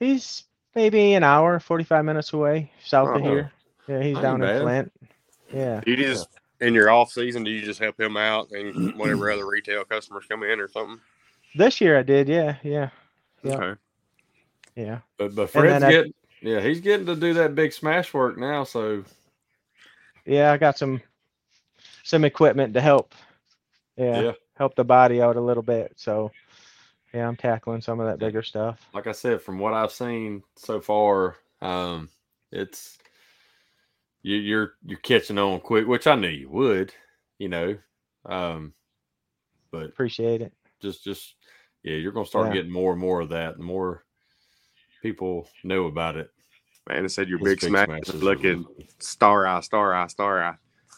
[SPEAKER 3] He's maybe an hour, 45 minutes away south
[SPEAKER 2] Oh,
[SPEAKER 3] of here. Yeah, he's
[SPEAKER 1] ain't
[SPEAKER 3] down
[SPEAKER 1] bad.
[SPEAKER 3] in Flint. Yeah.
[SPEAKER 2] Do you just in your off season? Do you just help him out
[SPEAKER 3] [clears throat]
[SPEAKER 2] and whatever other retail customers come in or something?
[SPEAKER 3] This year I did. Yeah. Yeah. Yeah.
[SPEAKER 2] Okay.
[SPEAKER 3] Yeah.
[SPEAKER 1] But but
[SPEAKER 3] And then
[SPEAKER 1] Fred's
[SPEAKER 3] I-
[SPEAKER 1] getting yeah, he's getting to do that big smash work now. So
[SPEAKER 3] Yeah. I got some, some equipment to help. Yeah.
[SPEAKER 1] yeah,
[SPEAKER 3] Help the body out a little bit. So, yeah, I'm tackling some of that bigger stuff.
[SPEAKER 1] like I said, from what I've seen so far, um, it's you, you're you're catching on quick, which I knew you would, you know. Um, but
[SPEAKER 3] Appreciate it.
[SPEAKER 1] just just yeah, you're gonna start
[SPEAKER 3] Yeah.
[SPEAKER 1] getting more and more of that. The more people know about it,
[SPEAKER 2] Man, it said your
[SPEAKER 1] His
[SPEAKER 2] big,
[SPEAKER 1] big
[SPEAKER 2] smash
[SPEAKER 1] smash
[SPEAKER 2] is
[SPEAKER 1] is
[SPEAKER 2] looking star eye, star eye, star eye.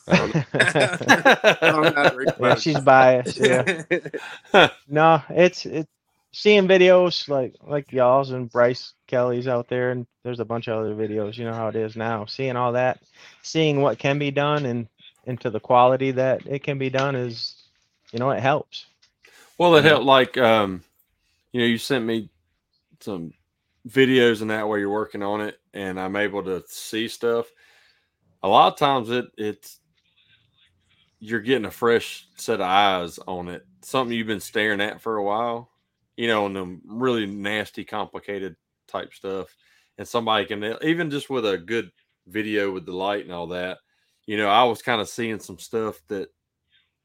[SPEAKER 1] [laughs]
[SPEAKER 2] I'm
[SPEAKER 1] yeah,
[SPEAKER 2] not reading
[SPEAKER 3] [laughs] yeah,
[SPEAKER 2] much.
[SPEAKER 3] she's biased. Yeah. No, it's it. Seeing videos like like y'all's and Bryce Kelly's out there, and there's a bunch of other videos. You know how it is now. Seeing all that, seeing what can be done, and into the quality that it can be done is, you know, it helps.
[SPEAKER 1] Well, it
[SPEAKER 2] Yeah.
[SPEAKER 1] helped. Like, um, you know, you sent me some videos and that where you're working on it, and I'm able to see stuff. A lot of times, it it's you're getting a fresh set of eyes on it, something you've been staring at for a while, you know, and them really nasty, complicated type stuff. And somebody can even just with a good video with the light and all that, you know, I was kind of seeing some stuff that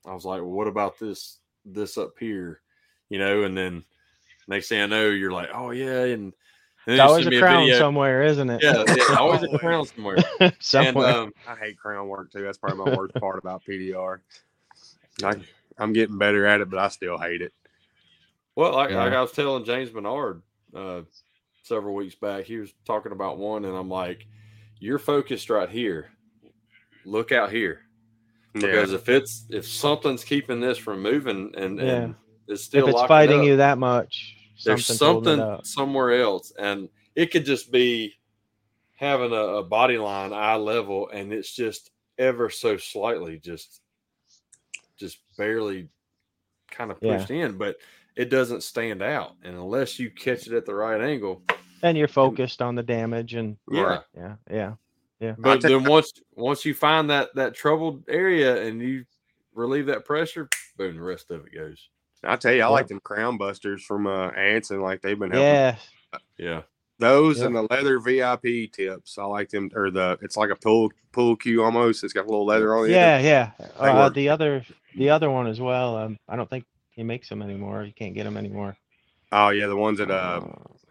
[SPEAKER 1] I was like, well, what about this this up here, you know, and then next thing I know, you're like, oh yeah, and, and then
[SPEAKER 3] It's
[SPEAKER 1] you
[SPEAKER 3] always
[SPEAKER 1] send me
[SPEAKER 3] a crown
[SPEAKER 1] video.
[SPEAKER 3] somewhere, isn't it? [laughs]
[SPEAKER 1] Yeah, yeah, always a
[SPEAKER 2] Always.
[SPEAKER 1] crown somewhere. And
[SPEAKER 3] Somewhere.
[SPEAKER 1] um,
[SPEAKER 2] I hate crown work too. That's probably my worst part about PDR. I, I'm getting better at it, but I still hate it.
[SPEAKER 1] well, like,
[SPEAKER 3] Yeah.
[SPEAKER 1] like I was telling James Menard uh, several weeks back, he was talking about one, and I'm like, you're focused right here. Look out here because if it's if something's keeping this from moving and, and it's still
[SPEAKER 3] if it's
[SPEAKER 1] locking
[SPEAKER 3] fighting
[SPEAKER 1] up,
[SPEAKER 3] you that much,
[SPEAKER 1] there's
[SPEAKER 3] something's holding it
[SPEAKER 1] something
[SPEAKER 3] up.
[SPEAKER 1] somewhere else and it could just be having a, a body line eye level and it's just ever so slightly just just barely kind of
[SPEAKER 3] Yeah.
[SPEAKER 1] pushed in but it doesn't stand out and unless you catch it at the right angle
[SPEAKER 3] and you're focused on the damage, and
[SPEAKER 1] yeah
[SPEAKER 2] Right.
[SPEAKER 3] yeah, yeah,
[SPEAKER 1] but
[SPEAKER 2] take-
[SPEAKER 1] then once once you find that that troubled area and you relieve that pressure boom the rest of it goes
[SPEAKER 2] I tell you, I
[SPEAKER 3] Yep.
[SPEAKER 2] like them crown busters from uh, Ants, and like they've been helping.
[SPEAKER 3] yeah.
[SPEAKER 1] yeah
[SPEAKER 2] Those
[SPEAKER 3] Yep.
[SPEAKER 2] and the leather VIP tips. I like them, or the it's like a pool pool cue almost. It's got a little leather on it.
[SPEAKER 3] Yeah, yeah.
[SPEAKER 2] They
[SPEAKER 3] Uh,
[SPEAKER 2] work.
[SPEAKER 3] the other, the other one as well. Um, I don't think he makes them anymore. You can't get them anymore.
[SPEAKER 2] Oh yeah, the ones that uh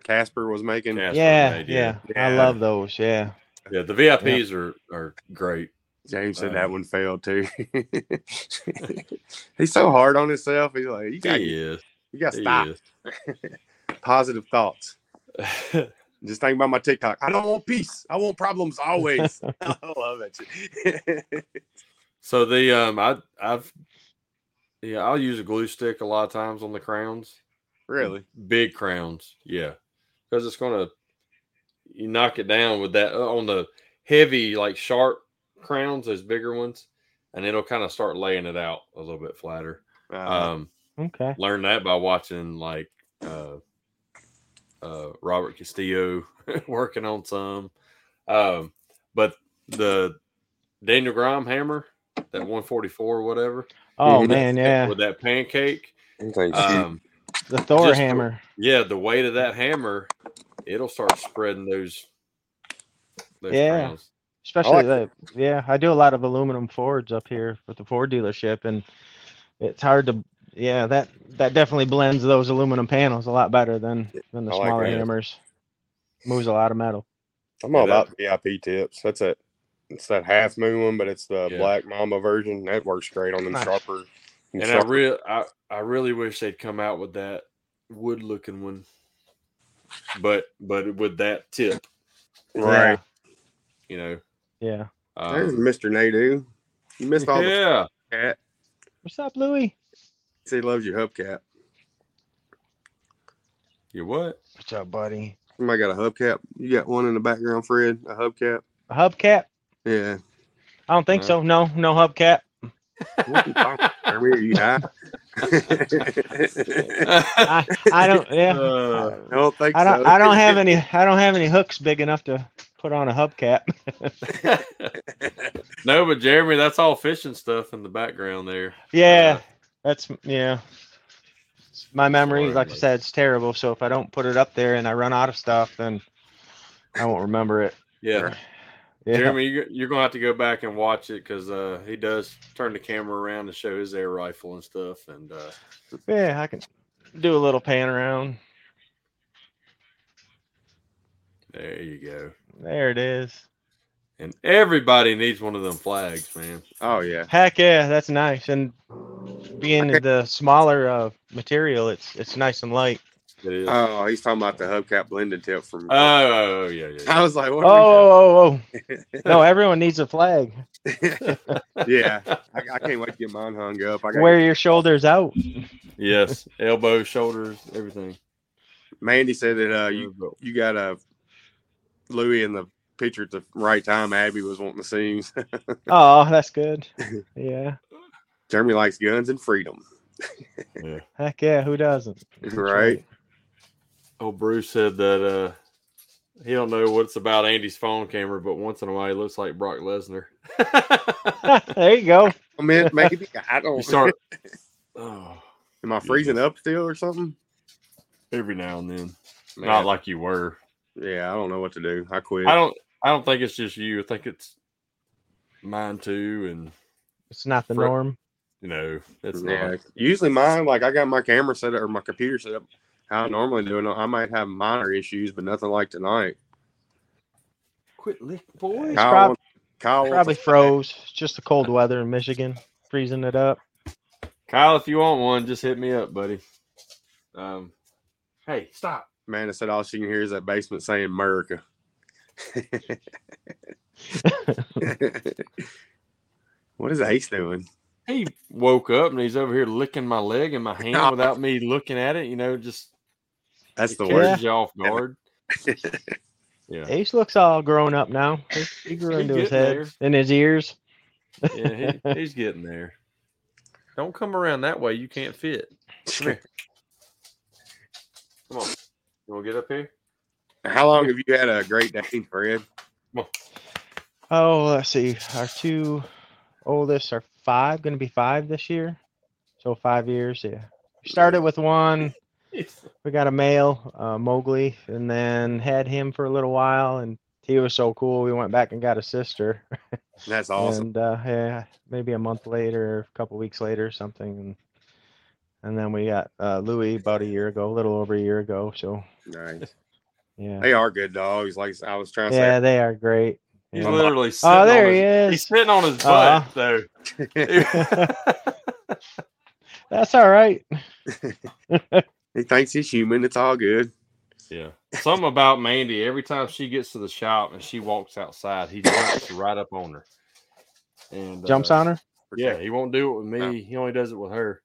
[SPEAKER 2] Casper was making.
[SPEAKER 1] Casper
[SPEAKER 3] yeah,
[SPEAKER 1] made,
[SPEAKER 3] yeah, I
[SPEAKER 2] Yeah.
[SPEAKER 3] love those. Yeah,
[SPEAKER 1] yeah the vips are are great
[SPEAKER 2] James said
[SPEAKER 1] Uh,
[SPEAKER 2] that one failed too. [laughs] He's so hard on himself. He's like, you got,
[SPEAKER 1] yeah
[SPEAKER 2] you got to stop. Positive thoughts. Just think about my TikTok. I don't want peace. I want
[SPEAKER 1] [laughs]
[SPEAKER 2] problems always. [laughs] I love it. [laughs]
[SPEAKER 1] So the um I I've yeah, I'll use a glue stick a lot of times on the crowns.
[SPEAKER 2] really?
[SPEAKER 1] Big crowns, yeah. Because it's gonna you knock it down with that uh, on the heavy, like sharp crowns, those bigger ones, and it'll kind of start laying it out a little bit flatter.
[SPEAKER 2] Uh,
[SPEAKER 1] Um
[SPEAKER 3] okay.
[SPEAKER 1] learned that by watching like uh uh Robert Castillo [laughs] working on some. Um but the Daniel Grime hammer, that 144 or whatever.
[SPEAKER 3] Oh
[SPEAKER 2] Mhm.
[SPEAKER 3] man, yeah,
[SPEAKER 1] With that pancake.
[SPEAKER 2] I'm thinking, shoot,
[SPEAKER 1] Um,
[SPEAKER 3] the Thor
[SPEAKER 1] just-
[SPEAKER 3] hammer.
[SPEAKER 1] yeah, the weight of that hammer, it'll start spreading those. those
[SPEAKER 3] Yeah.
[SPEAKER 1] trails.
[SPEAKER 3] especially the yeah i do a lot of aluminum fords up here with the ford dealership and it's hard to yeah that that definitely blends those aluminum panels a lot better than than the
[SPEAKER 2] I like
[SPEAKER 3] smaller
[SPEAKER 2] that.
[SPEAKER 3] hammers moves a lot of metal
[SPEAKER 2] I'm all
[SPEAKER 1] Yeah, that-
[SPEAKER 2] about VIP tips. That's it. It's that half moon one, but it's the
[SPEAKER 1] Yeah.
[SPEAKER 2] black mama version. That works great on them
[SPEAKER 3] Nice.
[SPEAKER 2] sharper. them
[SPEAKER 1] And I
[SPEAKER 2] sharper-
[SPEAKER 1] real I, I really wish they'd come out with that wood looking one. But but with that tip,
[SPEAKER 2] right.
[SPEAKER 1] you know.
[SPEAKER 3] yeah
[SPEAKER 2] There's
[SPEAKER 1] Um,
[SPEAKER 2] Mr. Nadu. You missed all the
[SPEAKER 1] yeah.
[SPEAKER 2] cat.
[SPEAKER 3] what's up louie
[SPEAKER 2] He loves your hubcap.
[SPEAKER 1] You what?
[SPEAKER 3] what's up buddy
[SPEAKER 2] Somebody got a hubcap.
[SPEAKER 4] You got one in the background, Fred. A hubcap.
[SPEAKER 3] a hubcap
[SPEAKER 4] Yeah.
[SPEAKER 3] i don't
[SPEAKER 1] Uh,
[SPEAKER 3] think so no no hubcap
[SPEAKER 2] What you talking about? I mean, you high?
[SPEAKER 3] i i
[SPEAKER 1] [laughs]
[SPEAKER 3] don't yeah
[SPEAKER 1] Uh,
[SPEAKER 2] I [laughs] don't think
[SPEAKER 3] i don't
[SPEAKER 2] so.
[SPEAKER 3] i don't have any i don't have any hooks big enough to put on a hubcap [laughs]
[SPEAKER 1] no, but Jeremy, that's all fishing stuff in the background there. Uh,
[SPEAKER 3] Yeah, that's yeah. It's- My memory,
[SPEAKER 1] Sorry,
[SPEAKER 3] like I
[SPEAKER 1] buddy.
[SPEAKER 3] said, it's terrible. So if I don't put it up there and I run out of stuff, then I won't remember it.
[SPEAKER 1] Yeah,
[SPEAKER 3] Yeah,
[SPEAKER 1] Jeremy, you're, you're gonna have to go back and watch it because uh, he does turn the camera around to show his air rifle and stuff. And uh,
[SPEAKER 3] yeah, I can do a little pan around.
[SPEAKER 1] there you go.
[SPEAKER 3] There it is.
[SPEAKER 1] And everybody needs one of them flags, man.
[SPEAKER 2] [laughs] Oh yeah.
[SPEAKER 3] Heck yeah, that's nice. And being the smaller uh, material, it's it's nice and light.
[SPEAKER 1] It is.
[SPEAKER 2] Oh, he's talking about the hubcap blended tip from.
[SPEAKER 1] oh, yeah, yeah. yeah.
[SPEAKER 2] [laughs] I was like, what are
[SPEAKER 3] Oh, oh,
[SPEAKER 2] [laughs]
[SPEAKER 3] oh. no, everyone needs a flag.
[SPEAKER 2] we doing? yeah. I, I can't wait to get mine hung up. I got
[SPEAKER 3] Wear your shoulders out.
[SPEAKER 1] Yes, elbows, shoulders, everything.
[SPEAKER 2] Mandy said that uh, you you got a uh, Louis in the picture at the right time. Abby was wanting to see him.
[SPEAKER 3] Oh, that's good. Yeah.
[SPEAKER 2] [laughs] Jeremy likes guns and freedom,
[SPEAKER 3] Heck yeah, who doesn't? That's
[SPEAKER 2] right?
[SPEAKER 1] Oh, Bruce said that uh, he don't know what's about Andy's phone camera, but once in a while he looks like Brock Lesnar.
[SPEAKER 3] [laughs]
[SPEAKER 1] [laughs]
[SPEAKER 3] there you go.
[SPEAKER 2] I
[SPEAKER 3] [laughs]
[SPEAKER 2] mean, maybe I
[SPEAKER 1] you [laughs]
[SPEAKER 2] don't.
[SPEAKER 1] start. Oh,
[SPEAKER 2] Am I freezing up still or something?
[SPEAKER 1] every now and then.
[SPEAKER 2] Man,
[SPEAKER 1] Not like you were.
[SPEAKER 2] yeah, I don't know what to do. I quit.
[SPEAKER 1] I don't. I don't think it's just you. I think it's mine too, and
[SPEAKER 3] It's not the
[SPEAKER 1] Fr-
[SPEAKER 3] norm.
[SPEAKER 1] you know, it's
[SPEAKER 2] yeah.
[SPEAKER 1] not.
[SPEAKER 2] Usually mine, like I got my camera set up or my computer set up how I normally do, and I might have minor issues, but nothing like tonight.
[SPEAKER 1] Quit lick, boy.
[SPEAKER 3] It's
[SPEAKER 2] Kyle,
[SPEAKER 3] prob-
[SPEAKER 2] wants- Kyle wants
[SPEAKER 3] Probably
[SPEAKER 2] a-
[SPEAKER 3] froze. It's just the cold weather in Michigan, freezing it up.
[SPEAKER 1] Kyle, if you want one, just hit me up, buddy. Um, hey, stop.
[SPEAKER 2] Amanda said all she can hear is that basement saying America. [laughs] what is Ace doing?
[SPEAKER 1] He woke up and he's over here licking my leg and my hand without me looking at it. You know, just
[SPEAKER 2] That's the
[SPEAKER 1] it
[SPEAKER 2] word.
[SPEAKER 1] catches you off guard.
[SPEAKER 3] Ace looks all grown up now. He, he grew
[SPEAKER 1] He's
[SPEAKER 3] into his
[SPEAKER 1] getting
[SPEAKER 3] head and his ears. [laughs]
[SPEAKER 1] Yeah, he, he's getting there. Don't come around that way. You can't fit. Come here. Come on. You want to get up [laughs] here?
[SPEAKER 2] [laughs] How long have you had a Great Dane, Fred?
[SPEAKER 3] Oh, let's see. Our two oldest are five, going to be five this year. So five years. Yeah. We Started with one. We got a male, uh, Mowgli, and then had him for a little while. And he was so cool. We went back and got a sister.
[SPEAKER 2] That's awesome.
[SPEAKER 3] And uh, yeah, maybe a month later, a couple weeks later, or something, and and then we got uh, Louis about a year ago, a little over a year ago. So
[SPEAKER 2] Nice.
[SPEAKER 3] yeah,
[SPEAKER 2] They are good dogs. Like I was trying to
[SPEAKER 3] yeah, they are great.
[SPEAKER 1] He's
[SPEAKER 3] Yeah.
[SPEAKER 1] literally sitting
[SPEAKER 3] Oh, there
[SPEAKER 1] on
[SPEAKER 3] he
[SPEAKER 1] his,
[SPEAKER 3] is.
[SPEAKER 1] He's sitting on his butt,
[SPEAKER 3] Uh-huh.
[SPEAKER 1] though.
[SPEAKER 2] say, [laughs]
[SPEAKER 3] That's all right.
[SPEAKER 2] he thinks he's human. It's all good.
[SPEAKER 1] [laughs] yeah. Something about Mandy. Every time she gets to the shop and she walks outside, he jumps right up on her. And
[SPEAKER 3] Jumps
[SPEAKER 1] uh,
[SPEAKER 3] on her.
[SPEAKER 1] Yeah, he won't do it with me.
[SPEAKER 2] No.
[SPEAKER 1] He only does it with her,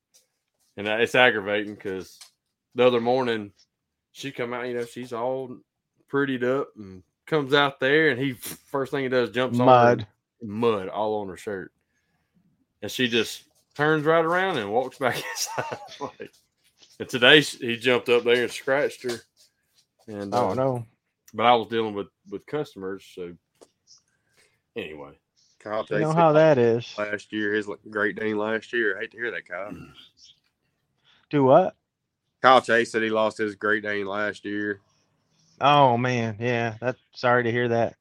[SPEAKER 1] and that- it's aggravating because the other morning she come out, you know, she's all prettied up and comes out there, and he first thing he does jumps on
[SPEAKER 3] Mud.
[SPEAKER 1] her, and mud all on her shirt, and she just turns right around and walks [laughs] back inside. like, and today s- he jumped up there and scratched her, and
[SPEAKER 3] Oh
[SPEAKER 1] uh,
[SPEAKER 3] no.
[SPEAKER 1] but I was dealing with with customers, so anyway,
[SPEAKER 2] Kyle
[SPEAKER 3] You
[SPEAKER 2] takes
[SPEAKER 3] know
[SPEAKER 2] it
[SPEAKER 3] how that is.
[SPEAKER 2] last year, his Great Dane last year. I hate to hear that, Kyle.
[SPEAKER 3] Do what?
[SPEAKER 2] Kyle Chase said he lost his Great Dane last year.
[SPEAKER 3] Oh man, yeah. That sorry to hear that.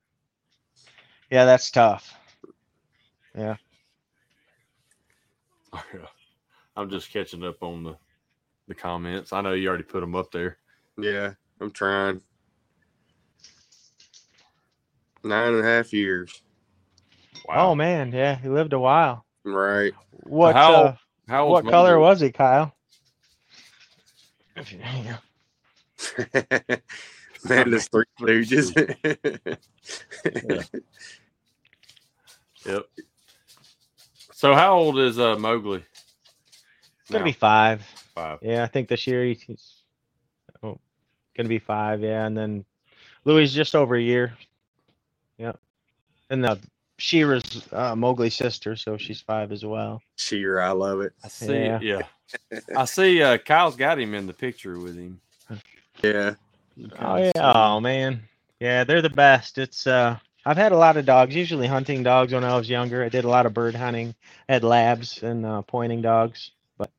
[SPEAKER 3] Yeah, that's tough.
[SPEAKER 1] [laughs] I'm just catching up on the the comments. I know you already put them up there.
[SPEAKER 2] Yeah, I'm trying. Nine and a half years.
[SPEAKER 3] Oh man, yeah, he lived a while.
[SPEAKER 2] Right. [laughs]
[SPEAKER 3] What
[SPEAKER 1] How-
[SPEAKER 3] uh,
[SPEAKER 1] How old's
[SPEAKER 3] what color
[SPEAKER 1] Moses?
[SPEAKER 3] was he, Kyle?
[SPEAKER 2] Man, there's three stooges.
[SPEAKER 1] Yep. So how old is uh Mowgli?
[SPEAKER 3] It's gonna
[SPEAKER 1] now?
[SPEAKER 3] be five.
[SPEAKER 1] five.
[SPEAKER 3] Yeah, I think this year he- he's oh, gonna be five. Yeah, and then Louis is just over a year. Yep. And the Shira's uh, Mowgli's sister, so she's five as well.
[SPEAKER 2] [laughs] Sheer, I love it.
[SPEAKER 1] I see. Yeah.
[SPEAKER 3] Yeah.
[SPEAKER 1] I see. Uh, Kyle's got him in the picture with him.
[SPEAKER 2] Yeah.
[SPEAKER 3] Oh yeah. Oh man. Yeah, they're the best. It's uh I've had a lot of dogs, usually hunting dogs when I was younger. I did a lot of bird hunting at labs and uh, pointing dogs, but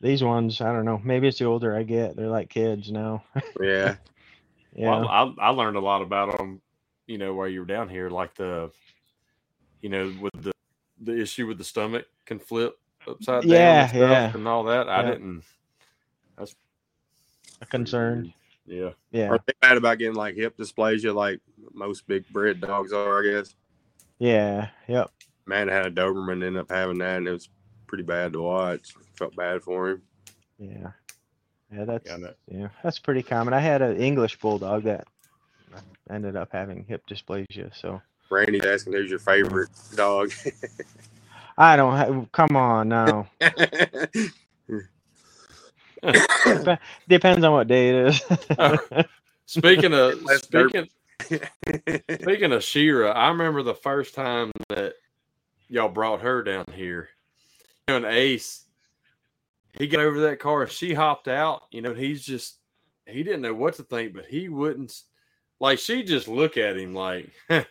[SPEAKER 3] these ones, I don't know. Maybe it's the older I get, they're like kids now.
[SPEAKER 2] Yeah.
[SPEAKER 3] Yeah.
[SPEAKER 1] Well, I, I learned a lot about them, you know, while you were down here, like the, you know, with the the issue with the stomach can flip upside down,
[SPEAKER 3] Yeah,
[SPEAKER 1] and, stuff
[SPEAKER 3] yeah.
[SPEAKER 1] and all that. I
[SPEAKER 3] Yeah.
[SPEAKER 1] didn't. That's
[SPEAKER 3] Concerned.
[SPEAKER 1] Yeah,
[SPEAKER 3] Yeah.
[SPEAKER 2] Are they bad about getting like hip dysplasia like most big bred dogs are, I guess?
[SPEAKER 3] Yeah. Yep.
[SPEAKER 2] Man had a Doberman end up having that and it was pretty bad to watch. Felt bad for him.
[SPEAKER 3] Yeah. Yeah, that's
[SPEAKER 1] Yeah, that-
[SPEAKER 3] yeah, that's pretty common. I had an English bulldog that ended up having hip dysplasia, so
[SPEAKER 2] Randy's asking who's your favorite dog.
[SPEAKER 3] I don't have, come
[SPEAKER 1] [laughs]
[SPEAKER 3] on now. Depends on what day it is.
[SPEAKER 1] Oh. Speaking of
[SPEAKER 2] Less dirt.
[SPEAKER 1] speaking, speaking of Shira, I remember the first time that y'all brought her down here. You know, and Ace, he got over that car and she hopped out. You know, and he's just he didn't know what to think, but he wouldn't like she just look at him like, [laughs] you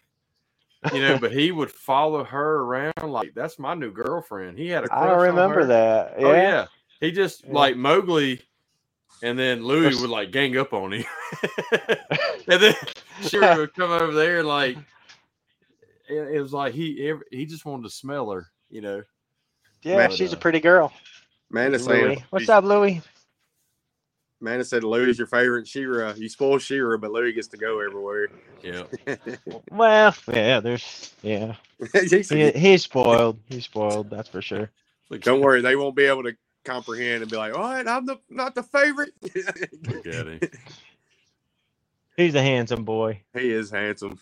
[SPEAKER 1] know, but he would follow her around like that's my new girlfriend. He had a crush
[SPEAKER 3] I
[SPEAKER 1] on
[SPEAKER 3] remember
[SPEAKER 1] her.
[SPEAKER 3] that. Yeah.
[SPEAKER 1] Oh yeah, he just
[SPEAKER 3] Yeah.
[SPEAKER 1] like Mowgli, and then Louis
[SPEAKER 3] That's-
[SPEAKER 1] would like gang up on him, [laughs] and then Shira would come over there and like it, it was like he ev- he just wanted to smell her, you know.
[SPEAKER 3] Yeah,
[SPEAKER 1] Man,
[SPEAKER 3] she's a
[SPEAKER 1] uh,
[SPEAKER 3] pretty girl.
[SPEAKER 2] [laughs] Man is saying
[SPEAKER 3] Louie. What's up, Louie?
[SPEAKER 2] Man is said Louie's your favorite Shira. You spoil Shira, but Louie gets to go everywhere. [laughs]
[SPEAKER 1] Yeah,
[SPEAKER 3] Well, yeah, there's yeah.
[SPEAKER 2] He said,
[SPEAKER 3] He, he's spoiled. He's spoiled, that's for sure.
[SPEAKER 1] look,
[SPEAKER 2] Don't worry, they won't be able to comprehend and be like, "All right, I'm the not the favorite." [laughs]
[SPEAKER 1] look at him.
[SPEAKER 3] He's a handsome boy.
[SPEAKER 2] he is handsome.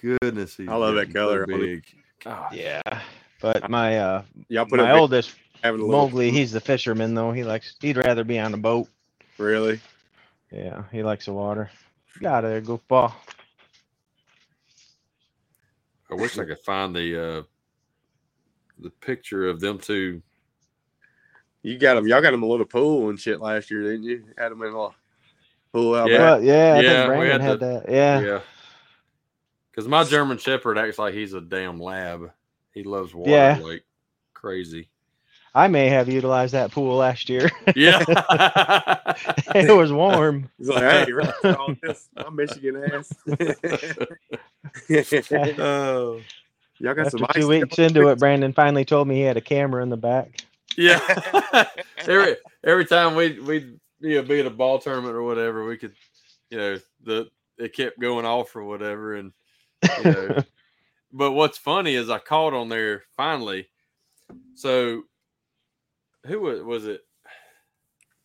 [SPEAKER 1] [laughs] Goodness, he's
[SPEAKER 2] I love that
[SPEAKER 1] getting
[SPEAKER 2] color on him.
[SPEAKER 1] big. God.
[SPEAKER 3] Yeah. But my uh
[SPEAKER 2] Y'all put
[SPEAKER 3] my
[SPEAKER 2] up
[SPEAKER 3] oldest
[SPEAKER 2] having a little
[SPEAKER 3] Mowgli, he's the fisherman though. He likes he'd rather be on a boat.
[SPEAKER 2] really.
[SPEAKER 3] Yeah, he likes the water. Got it, goofball.
[SPEAKER 1] I wish I could find the uh the picture of them two.
[SPEAKER 2] You got him. Y'all got him a little pool and shit last year, didn't you? Had him in a little pool out
[SPEAKER 1] Yeah.
[SPEAKER 2] back.
[SPEAKER 3] Well, yeah,
[SPEAKER 1] Yeah,
[SPEAKER 3] I
[SPEAKER 1] we
[SPEAKER 3] think Brandon
[SPEAKER 1] had
[SPEAKER 3] had, that. Yeah.
[SPEAKER 1] Yeah, because my German Shepherd acts like he's a damn lab. He loves water
[SPEAKER 3] Yeah.
[SPEAKER 1] like crazy.
[SPEAKER 3] I may have utilized that pool
[SPEAKER 2] [laughs]
[SPEAKER 3] last year. [laughs]
[SPEAKER 1] Yeah.
[SPEAKER 3] it was warm.
[SPEAKER 2] He's like,
[SPEAKER 3] [laughs]
[SPEAKER 2] "Hey, right, all this, my Michigan ass." [laughs]
[SPEAKER 1] oh.
[SPEAKER 2] Y'all got
[SPEAKER 3] After
[SPEAKER 2] some ice
[SPEAKER 3] two weeks into it, Brandon finally told me he had a camera in the back.
[SPEAKER 1] Yeah. every every time we we you know be at a ball tournament or whatever, we could you know the it kept going off or whatever, and you know. but what's funny is I caught on there finally. So who was was it?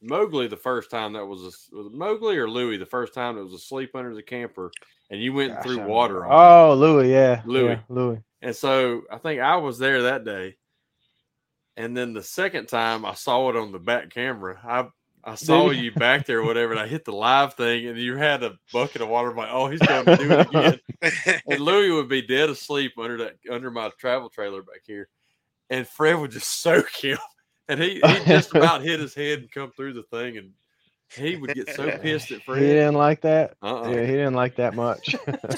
[SPEAKER 1] Mowgli the first time that was a, was it Mowgli or Louie the first time that was asleep under the camper, and you went and
[SPEAKER 3] Gosh, I
[SPEAKER 1] threw
[SPEAKER 3] don't
[SPEAKER 1] water
[SPEAKER 3] know.
[SPEAKER 1] on. him.
[SPEAKER 3] Oh, Louis, yeah.
[SPEAKER 1] Louis.
[SPEAKER 3] yeah, Louis.
[SPEAKER 1] And so I think I was there that day. And then the second time I saw it on the back camera. I
[SPEAKER 3] [laughs]
[SPEAKER 1] I saw
[SPEAKER 3] Did you?
[SPEAKER 1] you back there, or whatever, and I hit the live thing, and you had a bucket of water. I'm like, oh, he's going to do it again.
[SPEAKER 3] [laughs]
[SPEAKER 1] and Louis would be dead asleep under that under my travel trailer back here, and Fred would just [laughs] soak him, and he, he just
[SPEAKER 3] [laughs]
[SPEAKER 1] about hit his head and come through the thing, and he would get so pissed at
[SPEAKER 3] He
[SPEAKER 1] Fred.
[SPEAKER 3] didn't like that.
[SPEAKER 1] Uh-uh.
[SPEAKER 3] Yeah, he didn't like
[SPEAKER 1] [laughs]
[SPEAKER 3] that much.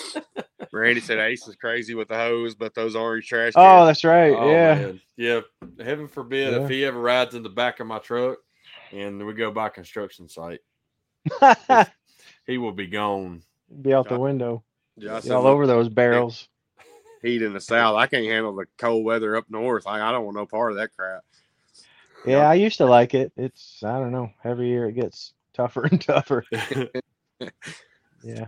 [SPEAKER 3] [laughs]
[SPEAKER 2] Randy said Ace is crazy with the hose, but those orange trash
[SPEAKER 3] oh,
[SPEAKER 2] cans.
[SPEAKER 3] that's right.
[SPEAKER 1] Oh,
[SPEAKER 3] yeah. [laughs]
[SPEAKER 1] man. Yeah. Heaven forbid
[SPEAKER 3] Yeah.
[SPEAKER 1] if he ever rides in the back of my truck and we go by construction site. he will be gone. [laughs]
[SPEAKER 3] Be out the window.
[SPEAKER 2] Yeah, I
[SPEAKER 3] Be
[SPEAKER 2] said,
[SPEAKER 3] all
[SPEAKER 2] "Look,
[SPEAKER 3] over those barrels.
[SPEAKER 2] heat in the south. I can't handle the cold weather up north. I, I don't want no part of that crap.
[SPEAKER 3] Yeah, I used to like it. It's I don't know. Every year it gets tougher [laughs] and
[SPEAKER 1] [laughs]
[SPEAKER 3] tougher. Yeah.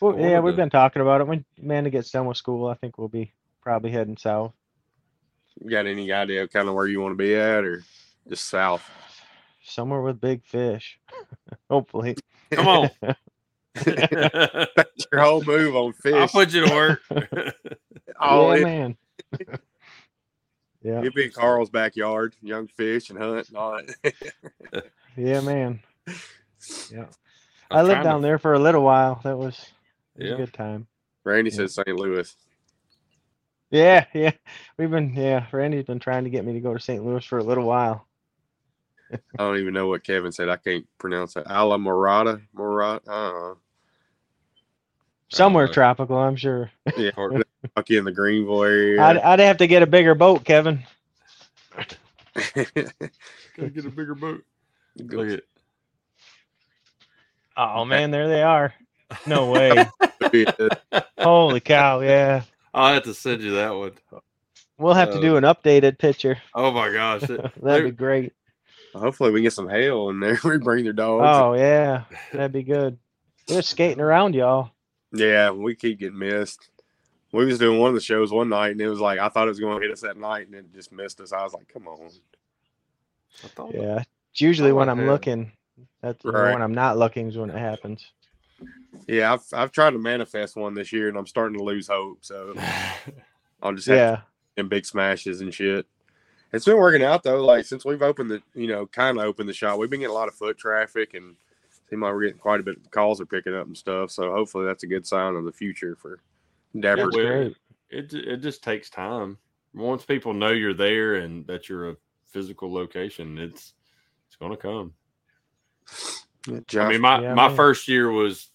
[SPEAKER 3] Well,
[SPEAKER 1] I
[SPEAKER 3] yeah,
[SPEAKER 1] wanted
[SPEAKER 3] we've
[SPEAKER 1] to-
[SPEAKER 3] been talking about it. When Amanda gets done with school, I think we'll be probably heading south.
[SPEAKER 2] You got any idea of kind of where you want to be at, or just south? [laughs]
[SPEAKER 3] Somewhere with big fish. [laughs] Hopefully.
[SPEAKER 1] Come on. [laughs]
[SPEAKER 2] Your whole move
[SPEAKER 3] [laughs]
[SPEAKER 2] on fish.
[SPEAKER 1] I'll put you to work. [laughs] Oh,
[SPEAKER 2] all
[SPEAKER 3] Oh, yeah,
[SPEAKER 2] in.
[SPEAKER 3] man. [laughs] yeah.
[SPEAKER 2] You'd be in Carl's backyard, young fish and hunt and all that. [laughs]
[SPEAKER 1] [laughs]
[SPEAKER 3] Yeah, man.
[SPEAKER 1] I'm
[SPEAKER 3] i lived
[SPEAKER 1] trying
[SPEAKER 3] down
[SPEAKER 1] to-
[SPEAKER 3] there for a little while. That was, it was
[SPEAKER 1] Yeah.
[SPEAKER 3] a good time.
[SPEAKER 2] Randy
[SPEAKER 3] Yeah.
[SPEAKER 2] said St. Louis.
[SPEAKER 3] Yeah, yeah. We've been yeah, Randy's been trying to get me to go to St. Louis for a little while.
[SPEAKER 2] I don't even know what Kevin said. I can't pronounce it. Ala Morada, Morada.
[SPEAKER 3] [laughs]
[SPEAKER 2] Uh,
[SPEAKER 3] Somewhere
[SPEAKER 1] know.
[SPEAKER 3] tropical, I'm sure.
[SPEAKER 2] yeah, [laughs]
[SPEAKER 1] Hard-
[SPEAKER 2] fuck in the Greenville area. [laughs]
[SPEAKER 3] I'd, I'd have to get a bigger boat, Kevin.
[SPEAKER 1] Gotta get a bigger boat. Look
[SPEAKER 2] Go
[SPEAKER 1] at
[SPEAKER 3] Oh man, there they are.
[SPEAKER 1] [laughs]
[SPEAKER 3] No way.
[SPEAKER 2] see it.
[SPEAKER 3] Holy cow, yeah.
[SPEAKER 1] I'll have to send you that one.
[SPEAKER 3] We'll have
[SPEAKER 1] Uh,
[SPEAKER 3] to do an updated picture. [laughs]
[SPEAKER 1] Oh my gosh. That-
[SPEAKER 3] That'd be great.
[SPEAKER 2] Hopefully, we get some hail in there. [laughs] We bring their dogs.
[SPEAKER 3] Oh yeah, that'd be good. They're skating around, y'all.
[SPEAKER 2] Yeah, we keep getting missed. We was doing one of the shows one night, and it was like I thought it was going to hit us that night, and it just missed us. I was like, "Come on!"
[SPEAKER 1] I thought-
[SPEAKER 3] Yeah, it's usually when
[SPEAKER 1] like
[SPEAKER 3] I'm
[SPEAKER 1] that.
[SPEAKER 3] looking. That's or
[SPEAKER 2] Right.
[SPEAKER 3] when I'm not looking is when it happens.
[SPEAKER 2] Yeah, I've I've tried to manifest one this year, and I'm starting to lose hope. So I'll just have
[SPEAKER 3] Yeah,
[SPEAKER 2] and big smashes and shit. It's been working out though. Like since we've opened the, you know, kind of opened the shop, we've been getting a lot of foot traffic and seem like we're getting quite a bit of calls are picking up and stuff. So hopefully that's a good sign of the future for Dapper.
[SPEAKER 3] that's
[SPEAKER 1] we're-
[SPEAKER 3] great.
[SPEAKER 1] [sighs] It ju- it just takes time. Once people know you're there and that you're a physical location, it's it's gonna come. I
[SPEAKER 2] Josh-
[SPEAKER 1] mean, my
[SPEAKER 3] Yeah,
[SPEAKER 1] my
[SPEAKER 3] man.
[SPEAKER 1] first year was,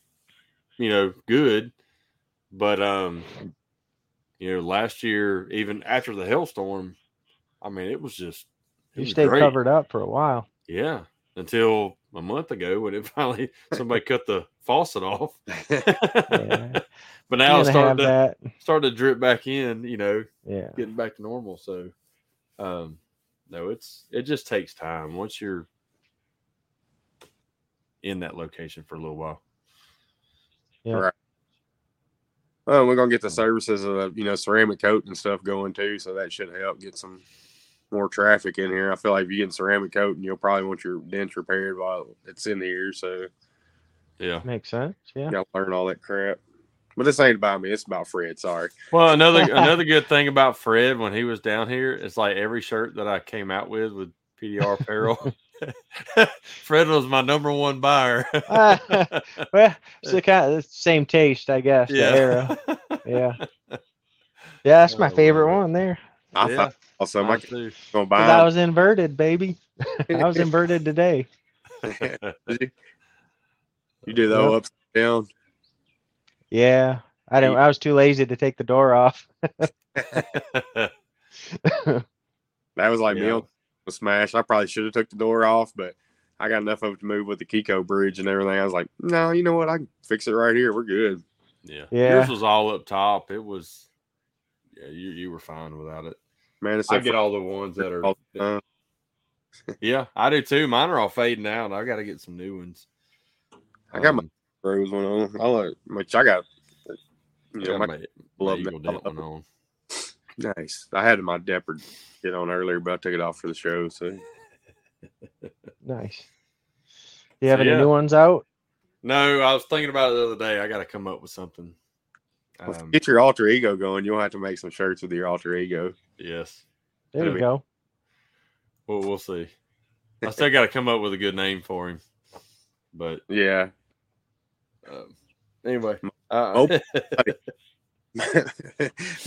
[SPEAKER 1] you know, good, but um, you know, last year even after the hailstorm, I mean, it was just it
[SPEAKER 3] You
[SPEAKER 1] was
[SPEAKER 3] stay
[SPEAKER 1] great.
[SPEAKER 3] covered up for a while.
[SPEAKER 1] Yeah, until a month ago when it [laughs] finally somebody cut the faucet off.
[SPEAKER 3] Yeah.
[SPEAKER 1] [laughs] but now
[SPEAKER 3] You
[SPEAKER 1] it's
[SPEAKER 3] gotta have
[SPEAKER 1] starting to,
[SPEAKER 3] that.
[SPEAKER 1] starting to drip back in. You know,
[SPEAKER 3] Yeah,
[SPEAKER 1] getting back to normal. So, um, no, it's it just takes time once you're in that location for a little while.
[SPEAKER 2] Well, Oh, we're gonna get the services of you know ceramic coat and stuff going too, so that should help get some more traffic in here. I feel like if you get ceramic coat, and you'll probably want your dents repaired while it's in here. So
[SPEAKER 1] Yeah.
[SPEAKER 3] makes sense. Yeah.
[SPEAKER 2] you gotta learn all that crap. But this ain't about me. It's about Fred. Sorry.
[SPEAKER 1] Well,
[SPEAKER 3] [laughs]
[SPEAKER 1] another another good thing about Fred when he was down here is like every shirt that I came out with with PDR apparel. [laughs] Fred was my number one
[SPEAKER 3] [laughs]
[SPEAKER 1] buyer.
[SPEAKER 3] [laughs] well, it's the kind of the same taste, I guess. The era.
[SPEAKER 1] yeah. [laughs]
[SPEAKER 3] Yeah. [laughs] Yeah, that's my
[SPEAKER 1] Oh,
[SPEAKER 3] favorite
[SPEAKER 1] Lord.
[SPEAKER 3] one there.
[SPEAKER 2] I
[SPEAKER 1] Yeah.
[SPEAKER 2] thought also my
[SPEAKER 1] Mine [laughs]
[SPEAKER 2] kid's
[SPEAKER 1] too.
[SPEAKER 2] gonna
[SPEAKER 3] 'Cause I
[SPEAKER 2] buy
[SPEAKER 3] was inverted, [laughs] baby. I was inverted today.
[SPEAKER 2] them. [laughs] You do the whole ups and down.
[SPEAKER 3] Yeah. I didn't. I was too lazy to take the door off.
[SPEAKER 2] That was like me
[SPEAKER 1] Yeah.
[SPEAKER 2] on the smash. I probably should have took the door off, but I got enough of it to move with the Kiko bridge and everything. I was like, no, you know what? I can fix it right here. We're good.
[SPEAKER 1] yeah.
[SPEAKER 3] Yeah.
[SPEAKER 1] Yours was all up top. It was yeah, you you were fine without it.
[SPEAKER 2] Man, it's
[SPEAKER 1] I
[SPEAKER 2] like
[SPEAKER 1] get all the ones that are.
[SPEAKER 2] all the time.
[SPEAKER 1] [laughs] Yeah, I do too. Mine are all fading out. I got to get some new ones.
[SPEAKER 2] I got my
[SPEAKER 1] Um,
[SPEAKER 2] rose one on. I like much. I got you
[SPEAKER 1] I
[SPEAKER 2] know,
[SPEAKER 1] got
[SPEAKER 2] my,
[SPEAKER 1] my, my
[SPEAKER 2] love
[SPEAKER 1] Eagle
[SPEAKER 2] that.
[SPEAKER 1] Dent one on.
[SPEAKER 2] nice. I had my Depper shit on earlier, but I took it off for the show. So
[SPEAKER 3] Nice. You have
[SPEAKER 1] So,
[SPEAKER 3] any
[SPEAKER 1] yeah.
[SPEAKER 3] new ones out?
[SPEAKER 1] No, I was thinking about it the other day. I got to come up with something.
[SPEAKER 2] Let's
[SPEAKER 1] Um,
[SPEAKER 2] get your alter ego going. You'll have to make some shirts with your alter ego.
[SPEAKER 1] yes,
[SPEAKER 3] There
[SPEAKER 1] That'll
[SPEAKER 3] you
[SPEAKER 1] be-
[SPEAKER 3] [laughs] go.
[SPEAKER 1] well, we'll see. I still got to come up with a good name for him. But [laughs]
[SPEAKER 2] Yeah.
[SPEAKER 1] um, anyway, uh, [laughs]
[SPEAKER 2] Mobile.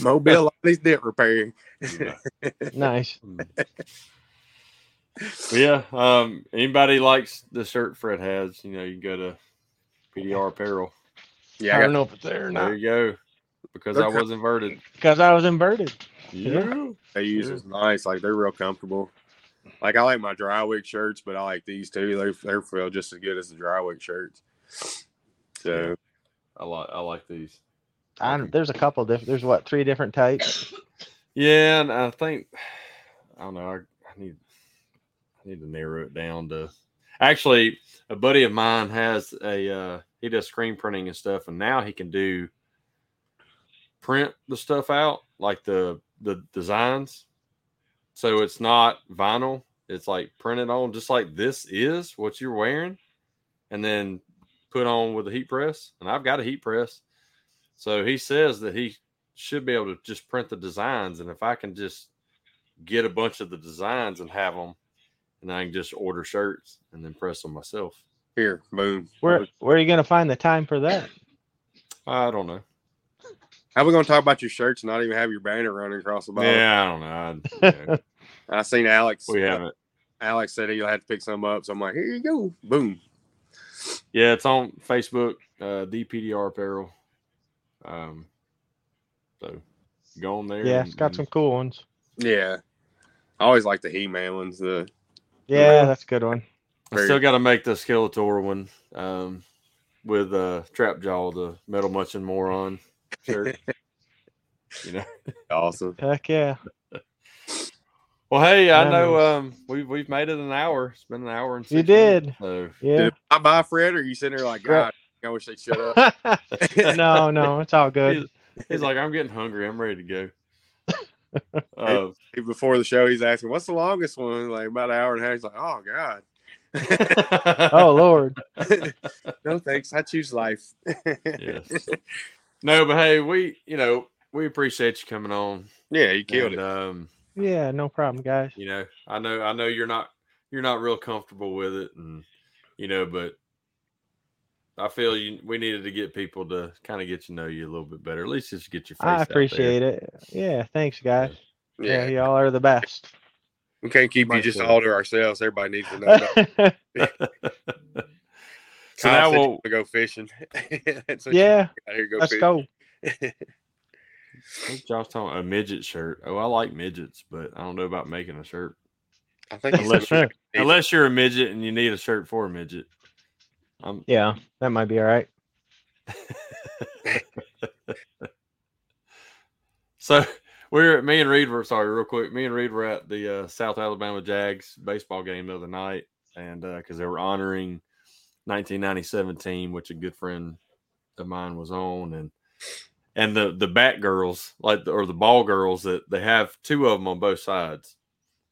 [SPEAKER 2] Mobile on his dent repair.
[SPEAKER 1] yeah.
[SPEAKER 3] Nice.
[SPEAKER 1] But yeah, um, anybody likes the shirt Fred has, you know, you can go to PDR Apparel.
[SPEAKER 2] Yeah, I
[SPEAKER 3] I
[SPEAKER 2] got
[SPEAKER 3] don't know if it's there
[SPEAKER 1] There
[SPEAKER 3] or not
[SPEAKER 1] you go. Because I
[SPEAKER 2] They're
[SPEAKER 1] was inverted.
[SPEAKER 3] because I was inverted.
[SPEAKER 1] Yeah.
[SPEAKER 2] They use is nice. Like they're real comfortable. Like I like my dry wick shirts, but I like these too. They they feel just as good as the dry wick shirts. So
[SPEAKER 1] I like I like these.
[SPEAKER 3] I, don't- there's a couple different. There's what three different types.
[SPEAKER 1] Yeah, and I think [sighs] I don't know. I, I need I need to narrow it down to. Actually, a buddy of mine has a uh, he does screen printing and stuff, and now he can do print the stuff out like the the designs. So it's not vinyl; it's like printed on, just like this is what you're wearing, and then put on with a heat press. And I've got a heat press, so he says that he should be able to just print the designs. And if I can just get a bunch of the designs and have them, and I can just order shirts and then press them myself.
[SPEAKER 2] here, boom.
[SPEAKER 3] Where where are you gonna find the time for that?
[SPEAKER 1] I don't know.
[SPEAKER 2] How we gonna talk about your shirts and not even have your banner running across the bottom?
[SPEAKER 1] yeah, I don't know. I, you know,
[SPEAKER 2] I seen Alex. uh,
[SPEAKER 1] we haven't.
[SPEAKER 2] Alex said he'll have to pick some up. So I'm like, here you go. Boom.
[SPEAKER 1] Yeah, it's on Facebook, uh, DPDR Apparel. Um, so go on there.
[SPEAKER 3] Yeah,
[SPEAKER 1] and-
[SPEAKER 3] it's got
[SPEAKER 1] and-
[SPEAKER 3] some cool ones.
[SPEAKER 2] Yeah. I always like the He Man ones. The
[SPEAKER 3] Yeah, that's a good one.
[SPEAKER 1] I still got to make the Skeletor one um, with uh, Trap Jaw, the Metal Muchin Moron shirt. you know.
[SPEAKER 2] awesome.
[SPEAKER 3] Heck yeah.
[SPEAKER 1] Well, hey, I know
[SPEAKER 3] Nice.
[SPEAKER 1] um, we've we've made it an hour. It's been an hour and six
[SPEAKER 3] You
[SPEAKER 1] minutes,
[SPEAKER 3] did.
[SPEAKER 1] so
[SPEAKER 3] Yeah.
[SPEAKER 2] Did I buy Fred or you sitting there like,
[SPEAKER 3] Fred-
[SPEAKER 2] God, I wish they shut up? [laughs]
[SPEAKER 3] [laughs] no, no, it's all good.
[SPEAKER 1] he's like, I'm getting hungry. I'm ready to go.
[SPEAKER 3] [laughs]
[SPEAKER 1] uh,
[SPEAKER 2] Before the show, he's asking, what's the longest one? Like about an hour and a half. He's like, oh, God.
[SPEAKER 1] [laughs]
[SPEAKER 3] Oh Lord.
[SPEAKER 2] No, thanks. I choose life. [laughs]
[SPEAKER 1] yes. No, but hey, we you know we appreciate you coming on.
[SPEAKER 2] Yeah, you killed
[SPEAKER 1] and,
[SPEAKER 2] it.
[SPEAKER 1] Um,
[SPEAKER 3] Yeah, no problem, guys.
[SPEAKER 1] you know, I know, I know you're not you're not real comfortable with it, and you know, but I feel you. We needed to get people to kind of get to know you a little bit better. At least just get your face.
[SPEAKER 3] I appreciate it. Yeah, thanks, guys. Yeah,
[SPEAKER 2] Yeah.
[SPEAKER 3] y'all are the best.
[SPEAKER 2] We can't keep you
[SPEAKER 1] Might
[SPEAKER 2] just
[SPEAKER 1] be.
[SPEAKER 2] all to ourselves. Everybody needs to
[SPEAKER 3] [laughs]
[SPEAKER 2] know. that.
[SPEAKER 1] So
[SPEAKER 2] Kyle
[SPEAKER 1] now
[SPEAKER 2] said you
[SPEAKER 1] we'll-
[SPEAKER 2] wanna go fishing. [laughs] That's what you
[SPEAKER 3] yeah,
[SPEAKER 2] got here, go
[SPEAKER 3] let's
[SPEAKER 2] fishing.
[SPEAKER 3] go.
[SPEAKER 1] I think Josh talking a midget shirt. Oh, I like midgets, but I don't know about making a shirt.
[SPEAKER 2] I think he
[SPEAKER 1] Unless
[SPEAKER 2] said-
[SPEAKER 1] you're, unless you're a midget and you need a shirt for a midget. Um,
[SPEAKER 3] [laughs] Yeah, that might be all right.
[SPEAKER 1] so [laughs] we're me and Reed were sorry, real quick. Me and Reed were at the uh, South Alabama Jags baseball game the other night, and because they were honoring 1997 team, which a good friend of mine was on, and and the the bat girls like or the ball girls that they have two of them on both sides,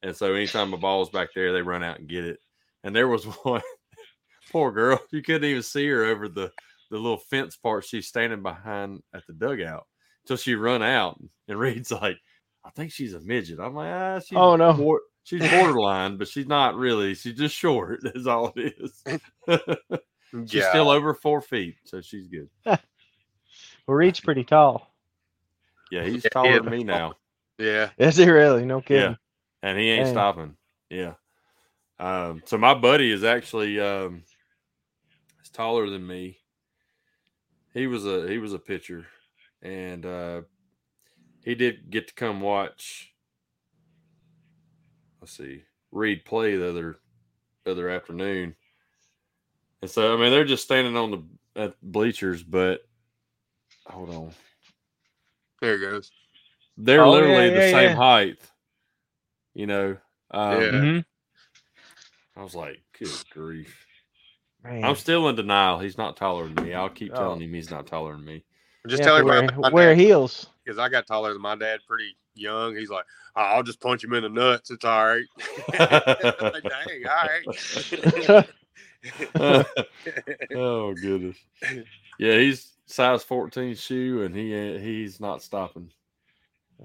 [SPEAKER 1] and so anytime a ball's back there, they run out and get it. And there was [laughs] one poor girl, you couldn't even see her over the the little fence part she's standing behind at the dugout till she run out. And Reed's like, I think she's a midget. I'm like, ah, she's
[SPEAKER 3] Oh no.
[SPEAKER 1] bor-
[SPEAKER 2] [laughs]
[SPEAKER 1] she's borderline, but she's not really. She's just short. [laughs] That's all it is. [laughs] she's
[SPEAKER 2] Yeah.
[SPEAKER 1] still over four feet, so she's good.
[SPEAKER 3] Well, Reed's pretty tall. [laughs]
[SPEAKER 1] Yeah, he's
[SPEAKER 2] Yeah,
[SPEAKER 1] taller
[SPEAKER 2] yeah,
[SPEAKER 1] than me
[SPEAKER 2] that's
[SPEAKER 1] now,
[SPEAKER 2] yeah.
[SPEAKER 3] Is he really? No kidding.
[SPEAKER 1] and he ain't
[SPEAKER 3] Dang.
[SPEAKER 1] stopping. Yeah. Um, so my buddy is actually um, is taller than me. He was a he was a pitcher, and uh, he did get to come watch. Let's see, Reed play the other other afternoon, and so I mean they're just standing on the at bleachers, but hold on,
[SPEAKER 2] There it goes.
[SPEAKER 1] they're
[SPEAKER 3] Oh, yeah,
[SPEAKER 1] literally the
[SPEAKER 3] yeah,
[SPEAKER 1] same
[SPEAKER 3] yeah.
[SPEAKER 1] height. You know, um,
[SPEAKER 2] Yeah.
[SPEAKER 3] Mhm.
[SPEAKER 1] I was like, good grief.
[SPEAKER 3] Man.
[SPEAKER 1] I'm still in denial. He's not taller than me. I'll keep
[SPEAKER 3] Mm. Oh.
[SPEAKER 1] telling him he's not taller than me.
[SPEAKER 2] Just
[SPEAKER 3] You
[SPEAKER 2] tell
[SPEAKER 3] have to
[SPEAKER 2] everybody
[SPEAKER 3] wear, wear heels. [laughs]
[SPEAKER 2] because I got taller than my dad pretty young. He's like, "Oh, I'll just punch him in the nuts. It's all right. [laughs] I'm like, Dang, all right.
[SPEAKER 3] [laughs]
[SPEAKER 1] oh goodness. Yeah, he's size 14 shoe, and he ain't- he's not stopping.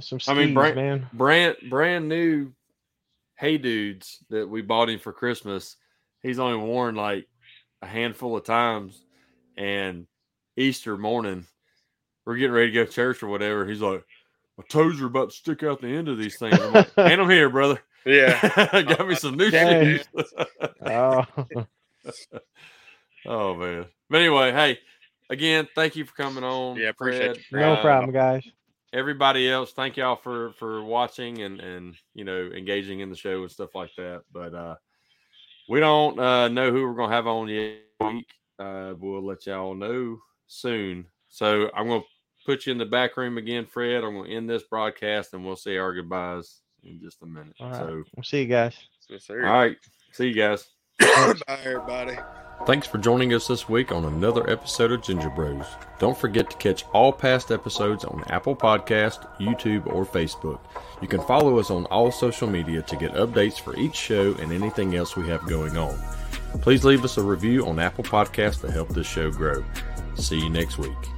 [SPEAKER 3] Some skis,
[SPEAKER 1] I mean, Brent-
[SPEAKER 3] man.
[SPEAKER 1] Brand brand new, hey dudes that we bought him for Christmas. He's only worn like a handful of times, and Easter morning, we're getting ready to go to church or whatever. He's like, my toes are about to stick out the end of these things. I'm like, and I'm here, brother. [laughs]
[SPEAKER 2] yeah.
[SPEAKER 1] Got me some new
[SPEAKER 3] Dang.
[SPEAKER 1] shoes.
[SPEAKER 3] [laughs]
[SPEAKER 1] [laughs]
[SPEAKER 3] Oh, [laughs]
[SPEAKER 1] oh man. But anyway, hey, again, thank you for coming on.
[SPEAKER 2] Yeah, appreciate you,
[SPEAKER 1] Fred.
[SPEAKER 3] no
[SPEAKER 1] Uh,
[SPEAKER 3] problem, guys.
[SPEAKER 1] Everybody else, thank y'all for for watching and and you know engaging in the show and stuff like that. But uh we don't uh know who we're gonna have on yet. this Week. uh, we'll let y'all know soon. So I'm going to put you in the back room again, Fred. I'm going to end this broadcast and we'll say our goodbyes in just a minute.
[SPEAKER 3] All right.
[SPEAKER 1] So,
[SPEAKER 3] We'll see you guys.
[SPEAKER 2] Yes,
[SPEAKER 1] all
[SPEAKER 2] sir.
[SPEAKER 1] right. See you guys.
[SPEAKER 2] [laughs] Bye, everybody.
[SPEAKER 1] Thanks for joining us this week on another episode of Ginger Bros. Don't forget to catch all past episodes on Apple Podcast, YouTube, or Facebook. You can follow us on all social media to get updates for each show and anything else we have going on. Please leave us a review on Apple Podcast to help this show grow. See you next week.